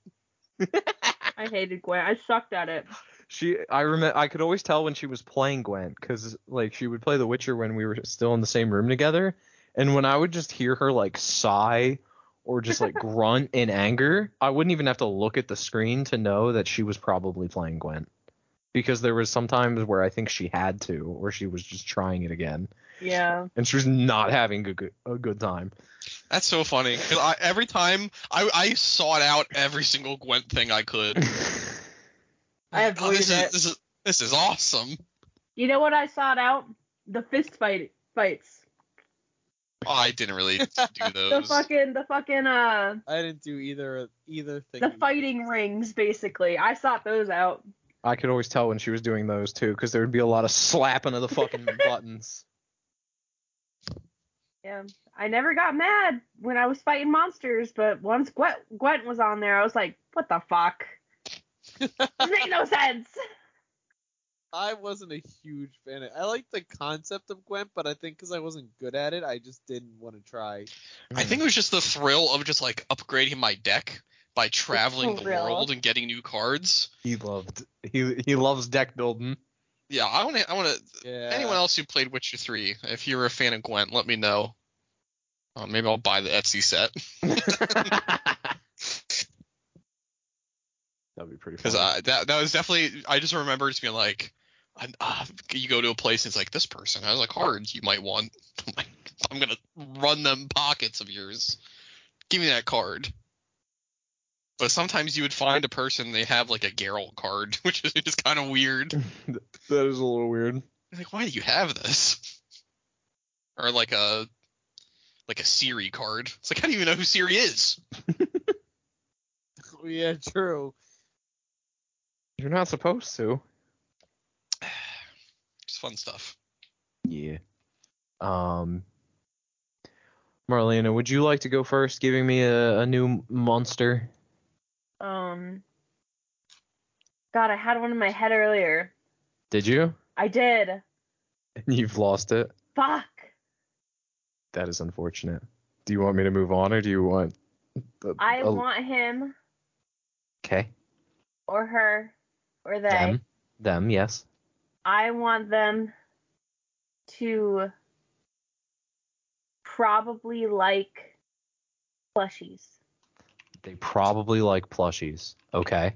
Speaker 4: I hated Gwen. I sucked at it.
Speaker 1: she I remember I could always tell when she was playing Gwen cuz like she would play The Witcher when we were still in the same room together and when I would just hear her like sigh or just like grunt in anger, I wouldn't even have to look at the screen to know that she was probably playing Gwen. Because there was some times where I think she had to or she was just trying it again
Speaker 4: Yeah.
Speaker 1: and she was not having a good, a good time.
Speaker 2: That's so funny. 'cause I, every time I, I sought out every single Gwent thing I could.
Speaker 4: I avoided
Speaker 2: Oh, this is,
Speaker 4: it.
Speaker 2: this is this is awesome.
Speaker 4: You know what I sought out? The fist fight fights.
Speaker 2: Oh, I didn't really do
Speaker 4: The
Speaker 2: those.
Speaker 4: fucking the fucking uh
Speaker 3: I didn't do either either thing.
Speaker 4: the fighting rings basically. I sought those out.
Speaker 1: I could always tell when she was doing those too, because there would be a lot of slapping of the fucking buttons.
Speaker 4: Yeah. I never got mad when I was fighting monsters, but once Gwent, Gwent was on there, I was like, what the fuck? this made no sense.
Speaker 3: I wasn't a huge fan. Of, I liked the concept of Gwent, but I think because I wasn't good at it, I just didn't want to try.
Speaker 2: I think it was just the thrill of just like upgrading my deck by traveling the
Speaker 4: thrill.
Speaker 2: world and getting new cards.
Speaker 1: he loved he he loves deck building.
Speaker 2: Yeah, I want to. I want to.
Speaker 3: Yeah.
Speaker 2: Anyone else who played Witcher three, if you're a fan of Gwent, let me know. Uh, maybe I'll buy the Etsy set.
Speaker 1: That'd be pretty
Speaker 2: Because
Speaker 1: funny.
Speaker 2: that that was definitely. I just remember just being like, i uh, you go to a place and it's like this person has like cards you might want. I'm like, I'm gonna run them pockets of yours. Give me that card. But sometimes you would find a person they have like a Geralt card, which is just kind of weird.
Speaker 1: that is a little weird.
Speaker 2: Like, why do you have this? Or like a like a Siri card. It's like, how do you even know who Siri is?
Speaker 3: yeah, true.
Speaker 1: You're not supposed to.
Speaker 2: It's fun stuff.
Speaker 1: Yeah. Um. Marlena, would you like to go first, giving me a, a new monster?
Speaker 4: Um, God, I had one in my head earlier.
Speaker 1: Did you?
Speaker 4: I did.
Speaker 1: And you've lost it.
Speaker 4: Fuck.
Speaker 1: That is unfortunate. Do you want me to move on, or do you want? the-
Speaker 4: I
Speaker 1: a-
Speaker 4: want him
Speaker 1: Okay.
Speaker 4: or her or they.
Speaker 1: Them. Them. Yes.
Speaker 4: I want them to probably like plushies.
Speaker 1: They probably like plushies. Okay.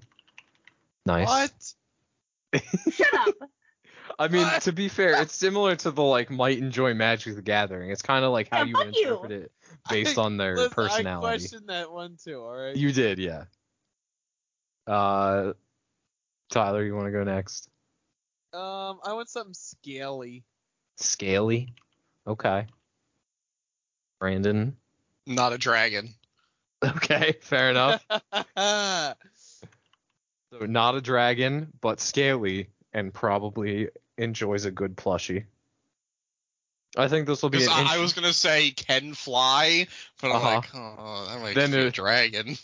Speaker 1: Nice.
Speaker 2: What?
Speaker 4: Shut up.
Speaker 1: I mean,
Speaker 2: What?
Speaker 1: to be fair, it's similar to the like might enjoy Magic the Gathering. It's kind of like how
Speaker 4: Yeah,
Speaker 1: you would
Speaker 4: fuck you.
Speaker 1: interpret it based
Speaker 3: I-
Speaker 1: on their
Speaker 3: Listen, I
Speaker 1: personality.
Speaker 3: questioned that one too. All right.
Speaker 1: You did, yeah. Uh, Tyler, you want to go next?
Speaker 3: Um, I want something scaly.
Speaker 1: Scaly. Okay. Brandon.
Speaker 2: Not a dragon.
Speaker 1: Okay, fair enough.
Speaker 3: Ah,
Speaker 1: so not a dragon, but scaly, and probably enjoys a good plushie. I think this will be. An
Speaker 2: Because I, I
Speaker 1: int-
Speaker 2: was gonna say can fly, but I'm
Speaker 1: Uh-huh.
Speaker 2: like, oh, that might
Speaker 1: Then
Speaker 2: be a
Speaker 1: it-
Speaker 2: dragon.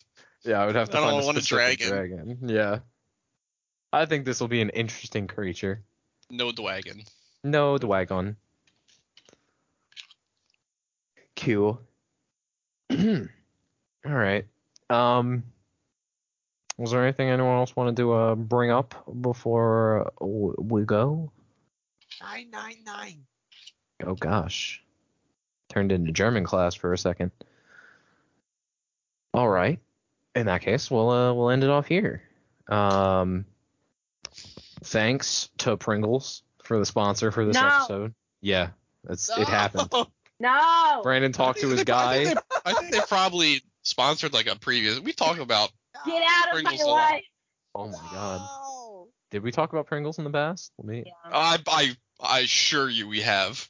Speaker 1: Yeah, I would have to
Speaker 2: I don't
Speaker 1: find a
Speaker 2: want a
Speaker 1: specific dragon. Yeah. I think this will be an interesting creature.
Speaker 2: No dragon.
Speaker 1: No Dwagon. Cool. All right. Um, was there anything anyone else wanted to uh, bring up before uh, w- we go?
Speaker 3: nine nine nine.
Speaker 1: Oh gosh. Turned into German class for a second. All right. In that case, we'll uh, we'll end it off here. Um, thanks to Pringles for the sponsor for this
Speaker 4: No.
Speaker 1: episode. Yeah, it's it happened.
Speaker 4: No.
Speaker 1: Brandon talked to his
Speaker 2: I
Speaker 1: guy.
Speaker 2: think, they, I think they probably sponsored like a previous. We talk about.
Speaker 4: Get out of my
Speaker 2: Pringles a lot.
Speaker 4: life.
Speaker 1: Oh my god.
Speaker 3: No.
Speaker 1: Did we talk about Pringles in the past? Let me.
Speaker 2: I I I assure you we have.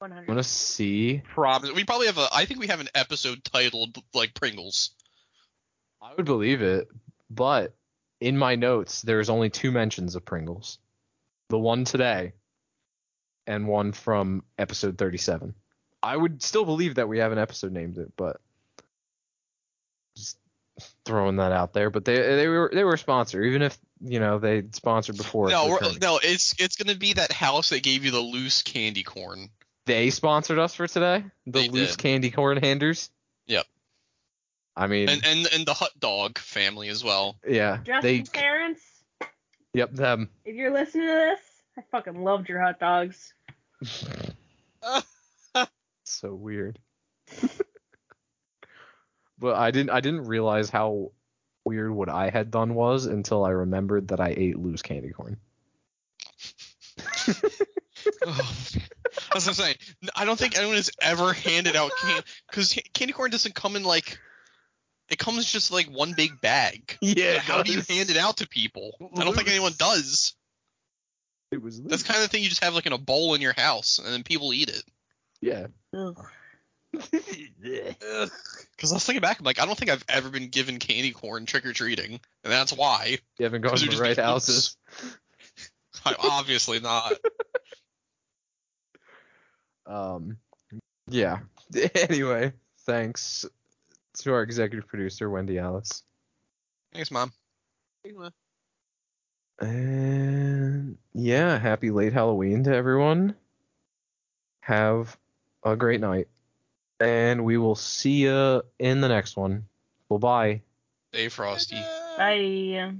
Speaker 4: 100.
Speaker 1: I'm gonna see.
Speaker 2: Promise. We probably have a. I think we have an episode titled like Pringles.
Speaker 1: I would believe it, but in my notes there's only two mentions of Pringles. The one today and one from episode 37. I would still believe that we have an episode named it, but just throwing that out there, but they they were they were a sponsor even if, you know, they sponsored before.
Speaker 2: no,
Speaker 1: it's
Speaker 2: we're,
Speaker 1: returning.
Speaker 2: no, it's it's gonna be that house that gave you the loose candy corn.
Speaker 1: They sponsored us for today, the
Speaker 2: They
Speaker 1: loose
Speaker 2: did.
Speaker 1: candy corn handers.
Speaker 2: Yep.
Speaker 1: I mean,
Speaker 2: And and and the hot dog family as well.
Speaker 1: yeah,
Speaker 4: Justin
Speaker 1: they
Speaker 4: Terrence,
Speaker 1: yep them.
Speaker 4: if you're listening to this, I fucking loved your hot dogs.
Speaker 1: so weird. but I didn't I didn't realize how weird what I had done was until I remembered that I ate loose candy corn.
Speaker 2: Oh, That's what I'm saying. N- I don't think anyone has ever handed out candy because candy corn doesn't come in like. It comes just like one big bag.
Speaker 1: Yeah.
Speaker 2: How do you hand it out to people? I don't think anyone does.
Speaker 1: It was loose.
Speaker 2: That's kind of the thing you just have like in a bowl in your house, and then people eat it.
Speaker 1: yeah.
Speaker 2: Because I was thinking back, I'm like, I don't think I've ever been given candy corn trick or treating, and that's why.
Speaker 1: You haven't gone
Speaker 2: Those
Speaker 1: to
Speaker 2: are
Speaker 1: the
Speaker 2: just
Speaker 1: right
Speaker 2: loose.
Speaker 1: houses.
Speaker 2: I'm obviously not.
Speaker 1: Um. Yeah. anyway, thanks to our executive producer Wendy Alice.
Speaker 2: Thanks, mom.
Speaker 1: And yeah, happy late Halloween to everyone. Have a great night. And we will see you in the next one. Bye bye.
Speaker 2: Dave Frosty.
Speaker 4: Bye.